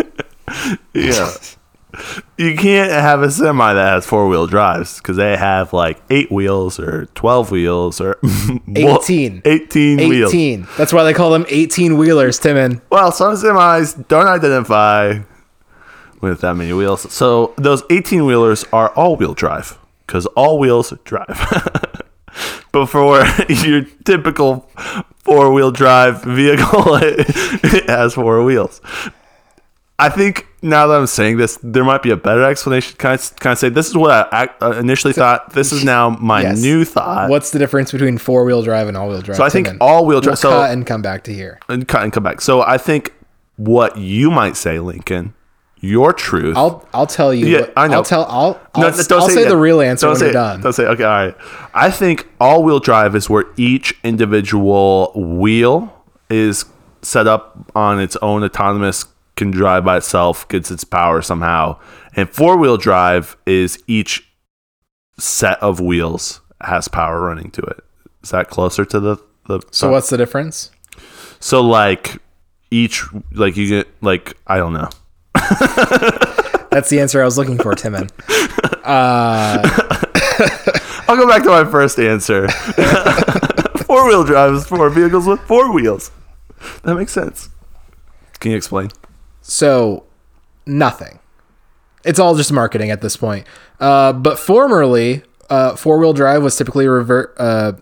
Speaker 1: yeah. You can't have a semi that has four wheel drives because they have like eight wheels or 12 wheels or Whoa,
Speaker 2: 18.
Speaker 1: 18 wheels.
Speaker 2: 18 that's why they call them 18 wheelers timon
Speaker 1: Well, some semis don't identify with that many wheels. So those 18 wheelers are all wheel drive because all wheels drive. but for your typical four wheel drive vehicle, it has four wheels. I think now that I'm saying this, there might be a better explanation. Can I, can I say this is what I ac- uh, initially thought? This is now my
Speaker 2: Yes.
Speaker 1: new thought.
Speaker 2: What's the difference between four wheel drive and all wheel drive?
Speaker 1: Uh, So I think
Speaker 2: Tim?
Speaker 1: all-wheel dri-
Speaker 2: We'll
Speaker 1: so-
Speaker 2: cut and come back to here.
Speaker 1: and cut and come back. So I think what you might say, Lincoln, your truth.
Speaker 2: I'll I'll tell you.
Speaker 1: Yeah,
Speaker 2: what-
Speaker 1: I know.
Speaker 2: I'll tell. I'll
Speaker 1: No,
Speaker 2: I'll,
Speaker 1: no, don't
Speaker 2: I'll
Speaker 1: say
Speaker 2: say,
Speaker 1: it
Speaker 2: the
Speaker 1: yet.
Speaker 2: real answer
Speaker 1: Don't
Speaker 2: when
Speaker 1: say
Speaker 2: we're
Speaker 1: it.
Speaker 2: done.
Speaker 1: Don't say it. okay. All right. I think all-wheel drive is where each individual wheel is set up on its own autonomous, can drive by itself, gets its power somehow, and four-wheel drive is each set of wheels has power running to it. Is that closer to the the?
Speaker 2: So what's the difference?
Speaker 1: So like each like you get like I don't know.
Speaker 2: That's the answer I was looking for, Timon. Uh,
Speaker 1: I'll go back to my first answer. four wheel drive is for vehicles with four wheels. That makes sense. Can you explain?
Speaker 2: so nothing. It's all just marketing at this point. Uh, but formerly, uh, four wheel drive was typically revert, uh,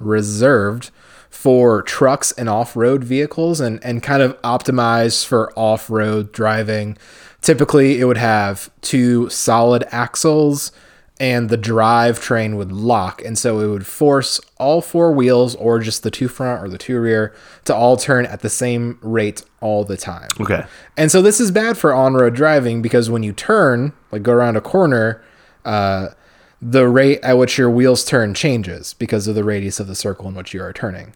Speaker 2: reserved for trucks and off road vehicles and, and kind of optimized for off road driving. Typically, it would have two solid axles and the drivetrain would lock. And so it would force all four wheels, or just the two front or the two rear, to all turn at the same rate all the time.
Speaker 1: Okay.
Speaker 2: And so this is bad for on-road driving because when you turn, like go around a corner, uh, the rate at which your wheels turn changes because of the radius of the circle in which you are turning.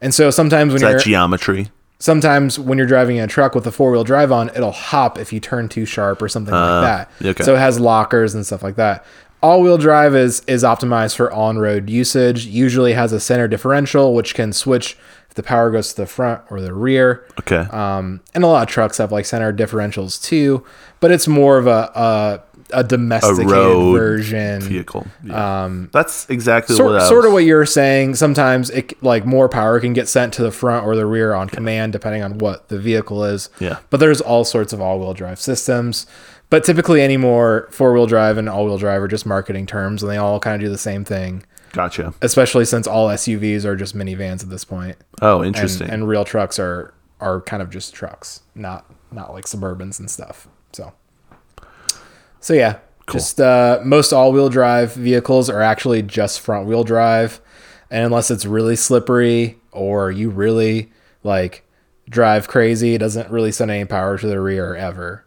Speaker 2: And so sometimes when you're
Speaker 1: That geometry.
Speaker 2: sometimes when you're driving in a truck with a four-wheel drive on, it'll hop if you turn too sharp or something like that.
Speaker 1: okay.
Speaker 2: So it has lockers and stuff like that. All-wheel drive is is optimized for on-road usage. Usually has a center differential which can switch if the power goes to the front or the rear.
Speaker 1: Okay.
Speaker 2: Um, and a lot of trucks have like center differentials too, but it's more of a a, a domesticated
Speaker 1: road
Speaker 2: version.
Speaker 1: Vehicle. Um, That's exactly
Speaker 2: Sort,
Speaker 1: what I
Speaker 2: sort of
Speaker 1: was-
Speaker 2: what you're saying. Sometimes it c- like more power can get sent to the front or the rear on command, depending on what the vehicle is.
Speaker 1: Yeah.
Speaker 2: But there's all sorts of all-wheel drive systems. But typically, any more four-wheel drive and all-wheel drive are just marketing terms, and they all kind of do the same thing.
Speaker 1: Gotcha.
Speaker 2: Especially since all SUVs are just minivans at this point
Speaker 1: Oh,
Speaker 2: and,
Speaker 1: interesting.
Speaker 2: and real trucks are are kind of just trucks, not not like Suburbans and stuff. So, so yeah, just uh, most all-wheel drive vehicles are actually just front-wheel drive, and unless it's really slippery or you really like drive crazy, it doesn't really send any power to the rear ever.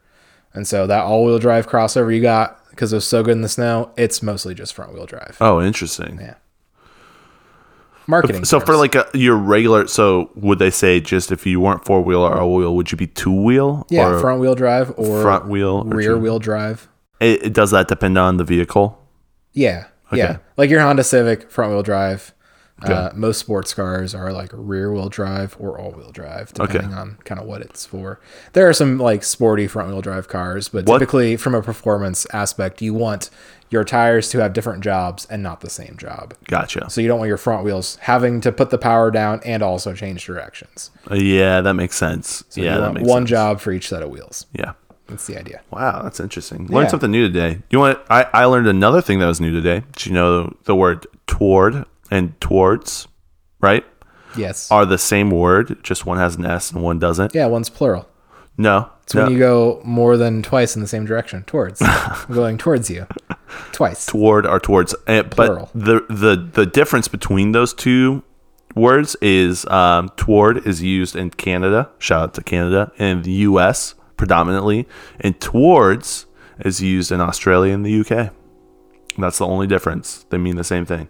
Speaker 2: And so that all-wheel drive crossover you got because it was so good in the snow, it's mostly just front-wheel drive.
Speaker 1: oh, interesting.
Speaker 2: Yeah. Marketing.
Speaker 1: So for
Speaker 2: terms.
Speaker 1: like a, your regular, so would they say just if you weren't four wheel or a wheel, would you be two wheel?
Speaker 2: yeah,
Speaker 1: or
Speaker 2: front wheel drive or
Speaker 1: front wheel or
Speaker 2: rear
Speaker 1: two-
Speaker 2: wheel drive.
Speaker 1: It, it- does that depend on the vehicle?
Speaker 2: Yeah, yeah. Like your Honda Civic, front wheel drive. Uh, most sports cars are like rear wheel drive or all wheel drive, depending on kind of what it's for. There are some like sporty front wheel drive cars, but
Speaker 1: What-
Speaker 2: typically from a performance aspect, you want your tires to have different jobs and not the same job.
Speaker 1: Gotcha.
Speaker 2: So you don't want your front wheels having to put the power down and also change directions.
Speaker 1: Yeah, that makes sense.
Speaker 2: So
Speaker 1: yeah,
Speaker 2: you
Speaker 1: that
Speaker 2: want
Speaker 1: makes
Speaker 2: one
Speaker 1: sense.
Speaker 2: job for each set of wheels.
Speaker 1: Yeah.
Speaker 2: That's the idea.
Speaker 1: Wow, that's interesting. Learned
Speaker 2: Yeah.
Speaker 1: something new today. You want? I I learned another thing that was new today. Did you know the word toward and towards, right,
Speaker 2: Yes.
Speaker 1: are the same word? Just one has an s and one doesn't.
Speaker 2: yeah, one's plural.
Speaker 1: No.
Speaker 2: It's
Speaker 1: no.
Speaker 2: when you go more than twice in the same direction, towards. I'm going towards you. Twice.
Speaker 1: toward or towards. And, but
Speaker 2: Plural.
Speaker 1: the the the difference between those two words is um, toward is used in Canada. Shout out to Canada and the U.S. predominantly, and towards is used in Australia and the U.K. That's the only difference. They mean the same thing.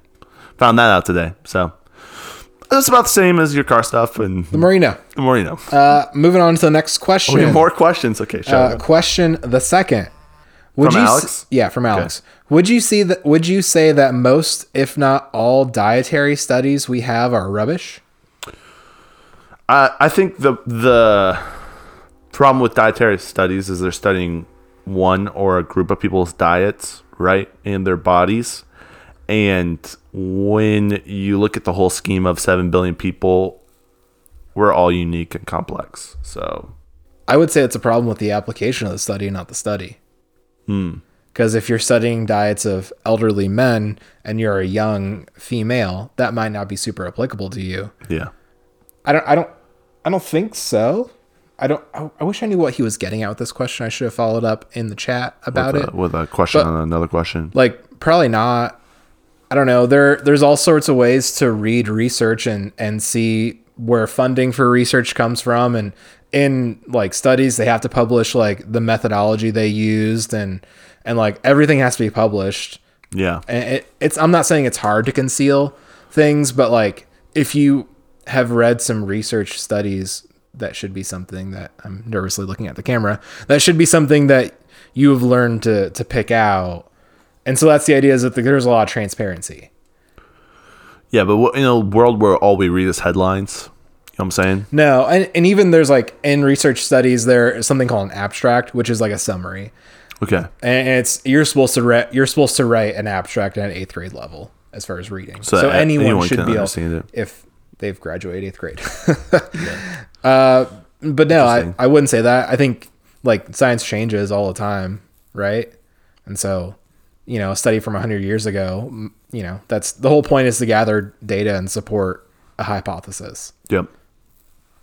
Speaker 1: Found that out today. So that's about the same as your car stuff and
Speaker 2: The Marino.
Speaker 1: the more you know.
Speaker 2: Uh, moving on to the next question.
Speaker 1: We have more questions. Okay, shout
Speaker 2: Uh, question the second. Would
Speaker 1: From
Speaker 2: you s-
Speaker 1: Alex?
Speaker 2: yeah, from Alex. Would you see that? Would you say that most, if not all, dietary studies we have are rubbish?
Speaker 1: I I think the the problem with dietary studies is they're studying one or a group of people's diets, right, and their bodies. And when you look at the whole scheme of seven billion people, we're all unique and complex. So
Speaker 2: I would say it's a problem with the application of the study, not the study.
Speaker 1: Hmm.
Speaker 2: Because if you're studying diets of elderly men and you're a young female, that might not be super applicable to you.
Speaker 1: yeah,
Speaker 2: I don't. I don't. I don't think so. I don't. I, I wish I knew what he was getting at with this question. I should have followed up in the chat about
Speaker 1: with
Speaker 2: it.
Speaker 1: a, with a question
Speaker 2: But-
Speaker 1: on another question.
Speaker 2: like probably not i don't know there there's all sorts of ways to read research and and see where funding for research comes from and in like studies they have to publish like the methodology they used and and like everything has to be published
Speaker 1: Yeah,
Speaker 2: and it, it's i'm not saying it's hard to conceal things but like if you have read some research studies that should be something that i'm nervously looking at the camera that should be something that you have learned to to pick out and so that's the idea is that there's a lot of transparency
Speaker 1: yeah, but what- in a world where all we read is headlines, you know what I'm saying?
Speaker 2: No, and, and even there's like in research studies there is something called an abstract, which is like a summary,
Speaker 1: Okay,
Speaker 2: and it's you're supposed to re- you're supposed to write an abstract at an eighth grade level as far as reading. So,
Speaker 1: a-
Speaker 2: anyone,
Speaker 1: anyone
Speaker 2: should
Speaker 1: can
Speaker 2: be able,
Speaker 1: understand it.
Speaker 2: if they've graduated eighth grade. uh, but no, I,
Speaker 1: Interesting.
Speaker 2: I wouldn't say that. I think like science changes all the time, right? And so, you know, a study from hundred years ago, m- you know, that's the whole point is to gather data and support a hypothesis.
Speaker 1: yep.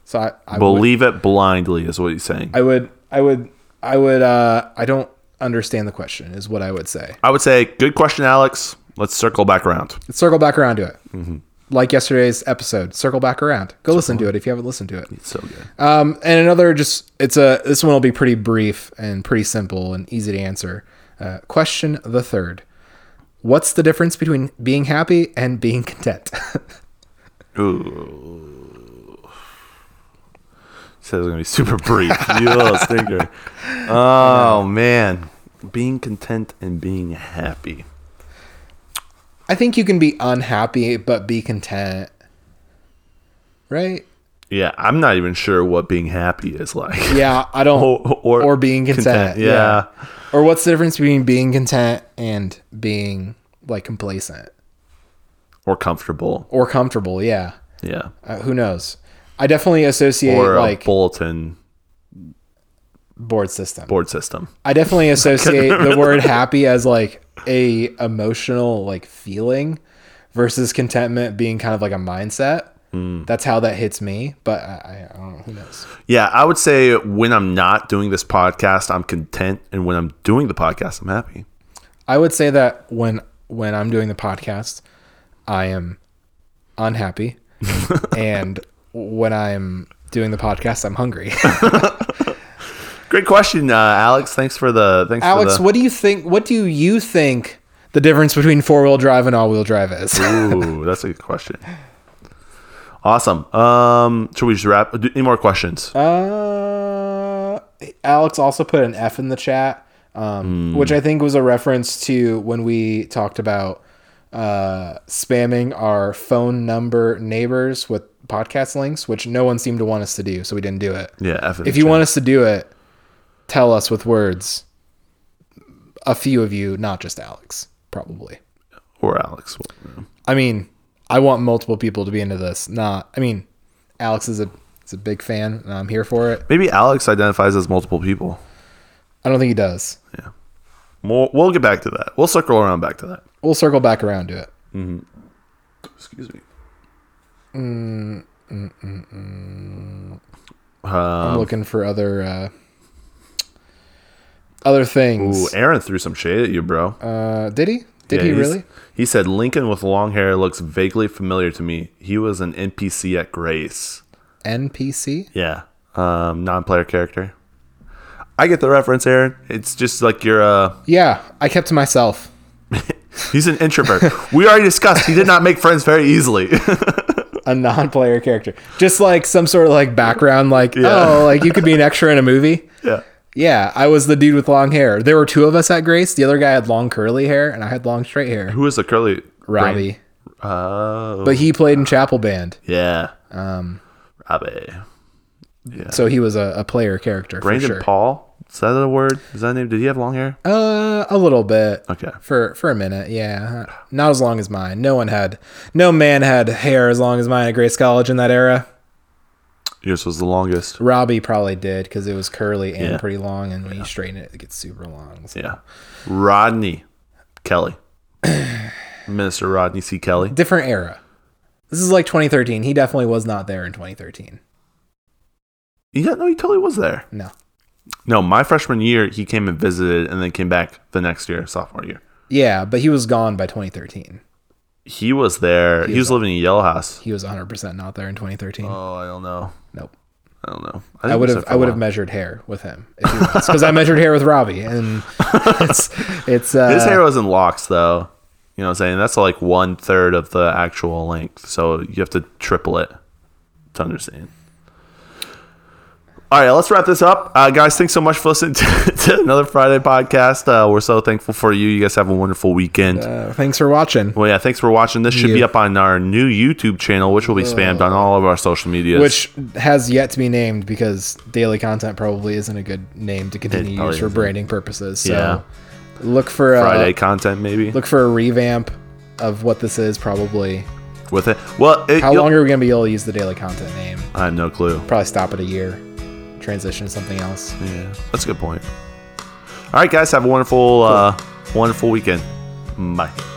Speaker 2: So I, I would-
Speaker 1: Believe it blindly is what he's saying.
Speaker 2: I would, I would, I would, uh, I don't understand the question, is what I would say.
Speaker 1: I would say, good question, Alex. Let's circle back around.
Speaker 2: Let's circle back around to it. Like yesterday's episode, Mm-hmm. circle back around. Go listen to it if you haven't listened to it.
Speaker 1: So good.
Speaker 2: Um, and another just, it's a, this one will be pretty brief and pretty simple and easy to answer. Uh, question the third What's the difference between being happy and being content?
Speaker 1: Ooh. Said it was gonna be super brief. you little stinker. Oh man, being content and being happy.
Speaker 2: I think you can be unhappy, but be content. Right?
Speaker 1: Yeah, I'm not even sure what being happy is like.
Speaker 2: Yeah, I don't.
Speaker 1: Or,
Speaker 2: or, being content.
Speaker 1: Yeah.
Speaker 2: Or what's the difference between being content and being like complacent
Speaker 1: or comfortable.
Speaker 2: or comfortable? Yeah.
Speaker 1: Yeah,
Speaker 2: Uh, who knows? I definitely associate
Speaker 1: or
Speaker 2: like
Speaker 1: a bulletin
Speaker 2: board system.
Speaker 1: board system.
Speaker 2: I definitely associate the word happy as like a emotional like feeling versus contentment being kind of like a mindset.
Speaker 1: Hmm.
Speaker 2: That's how that hits me, but I, I don't know. Who knows?
Speaker 1: Yeah, I would say when I'm not doing this podcast, I'm content, and when I'm doing the podcast, I'm happy.
Speaker 2: I would say that when when I'm doing the podcast, I am unhappy, and when I'm doing the podcast, I'm hungry.
Speaker 1: Great question, uh, Alex. Thanks for the thanks.
Speaker 2: Alex,
Speaker 1: for the,
Speaker 2: what do you think? What do you think the difference between four wheel drive and all wheel drive is?
Speaker 1: Ooh, that's a good question. Awesome. Um, should we just wrap? do- Any more questions?
Speaker 2: Uh, Alex also put an F in the chat, um, which I think was a reference to when we talked about uh, spamming our phone number neighbors with podcast links, which no one seemed to want us to do, so we didn't do it.
Speaker 1: yeah. F in
Speaker 2: If
Speaker 1: the
Speaker 2: you
Speaker 1: chat.
Speaker 2: want us to do it, tell us with words. A few of you, not just Alex, probably.
Speaker 1: or Alex.
Speaker 2: I mean, I want multiple people to be into this. Not, I mean, Alex is a is a big fan, and I'm here for it.
Speaker 1: Maybe Alex identifies as multiple people.
Speaker 2: I don't think he does.
Speaker 1: We'll, we'll get back to that. We'll circle around back to that.
Speaker 2: We'll circle back around to it.
Speaker 1: Excuse me. Uh,
Speaker 2: I'm looking for other uh, other
Speaker 1: ooh,
Speaker 2: things.
Speaker 1: Aaron threw some shade at you, bro.
Speaker 2: uh, did he? Did
Speaker 1: Yeah,
Speaker 2: he
Speaker 1: he's-
Speaker 2: really?
Speaker 1: He said Lincoln with long hair looks vaguely familiar to me. He was an NPC at Grace.
Speaker 2: NPC.
Speaker 1: Yeah. Um, non-player character. I get the reference, Aaron. It's just like you're uh
Speaker 2: Yeah, I kept to myself.
Speaker 1: he's an introvert. we already discussed he did not make friends very easily.
Speaker 2: A non-player character, just like some sort of like background, like oh, like you could be an extra in a movie.
Speaker 1: yeah.
Speaker 2: Yeah, I was the dude with long hair. There were two of us at Grace. The other guy had long curly hair, and I had long straight hair.
Speaker 1: Who is the curly
Speaker 2: Robbie,
Speaker 1: Oh.
Speaker 2: but he played in Chapel Band,
Speaker 1: yeah. Um Robbie.
Speaker 2: so he was a, a player character
Speaker 1: Brandon
Speaker 2: for sure.
Speaker 1: Paul? Is that a word? Is that a name? Did he have long hair?
Speaker 2: Uh, a little bit.
Speaker 1: Okay.
Speaker 2: For for a minute, yeah. Not as long as mine. No one had, no man had hair as long as mine at Grace College in that era.
Speaker 1: Yours was the longest.
Speaker 2: Robbie probably did because it was curly and
Speaker 1: Yeah.
Speaker 2: pretty long, and when you straighten it, it gets super long. So.
Speaker 1: Yeah. Rodney Kelly. Minister Rodney C. Kelly.
Speaker 2: Different era. This is like 2013. He definitely was not there in 2013.
Speaker 1: Yeah, no, he totally was there.
Speaker 2: No.
Speaker 1: No, my freshman year, he came and visited and then came back the next year, sophomore year.
Speaker 2: Yeah, but he was gone by 2013.
Speaker 1: He was there. He, was living in a yellow house.
Speaker 2: He was 100% not there in 2013.
Speaker 1: Oh, I don't know.
Speaker 2: nope.
Speaker 1: I don't know.
Speaker 2: I would have I would have measured hair with him because I measured hair with Robbie, and it's it's uh,
Speaker 1: His hair was in locks, though. You know what I'm saying? That's like one third of the actual length. So you have to triple it to understand. All right, let's wrap this up. Uh, guys, thanks so much for listening to, to another Friday podcast. Uh, we're so thankful for you. You guys have a wonderful weekend.
Speaker 2: uh, thanks for watching.
Speaker 1: Well, yeah, thanks for watching. This should be
Speaker 2: Yeah.
Speaker 1: up on our new YouTube channel, which will be spammed on all of our social medias.
Speaker 2: which has yet to be named because daily content probably isn't a good name to continue to
Speaker 1: probably
Speaker 2: use for
Speaker 1: isn't.
Speaker 2: branding purposes. So
Speaker 1: Yeah.
Speaker 2: look for a
Speaker 1: Friday content, maybe
Speaker 2: uh, look for a revamp of what this is. Probably
Speaker 1: with it. Well, it,
Speaker 2: how
Speaker 1: you'll-
Speaker 2: long are we gonna be able to use the daily content name?
Speaker 1: I have no clue.
Speaker 2: Probably stop at a year, transition to something else.
Speaker 1: Yeah, that's a good point. All right, guys, have a wonderful, uh, wonderful weekend. Bye.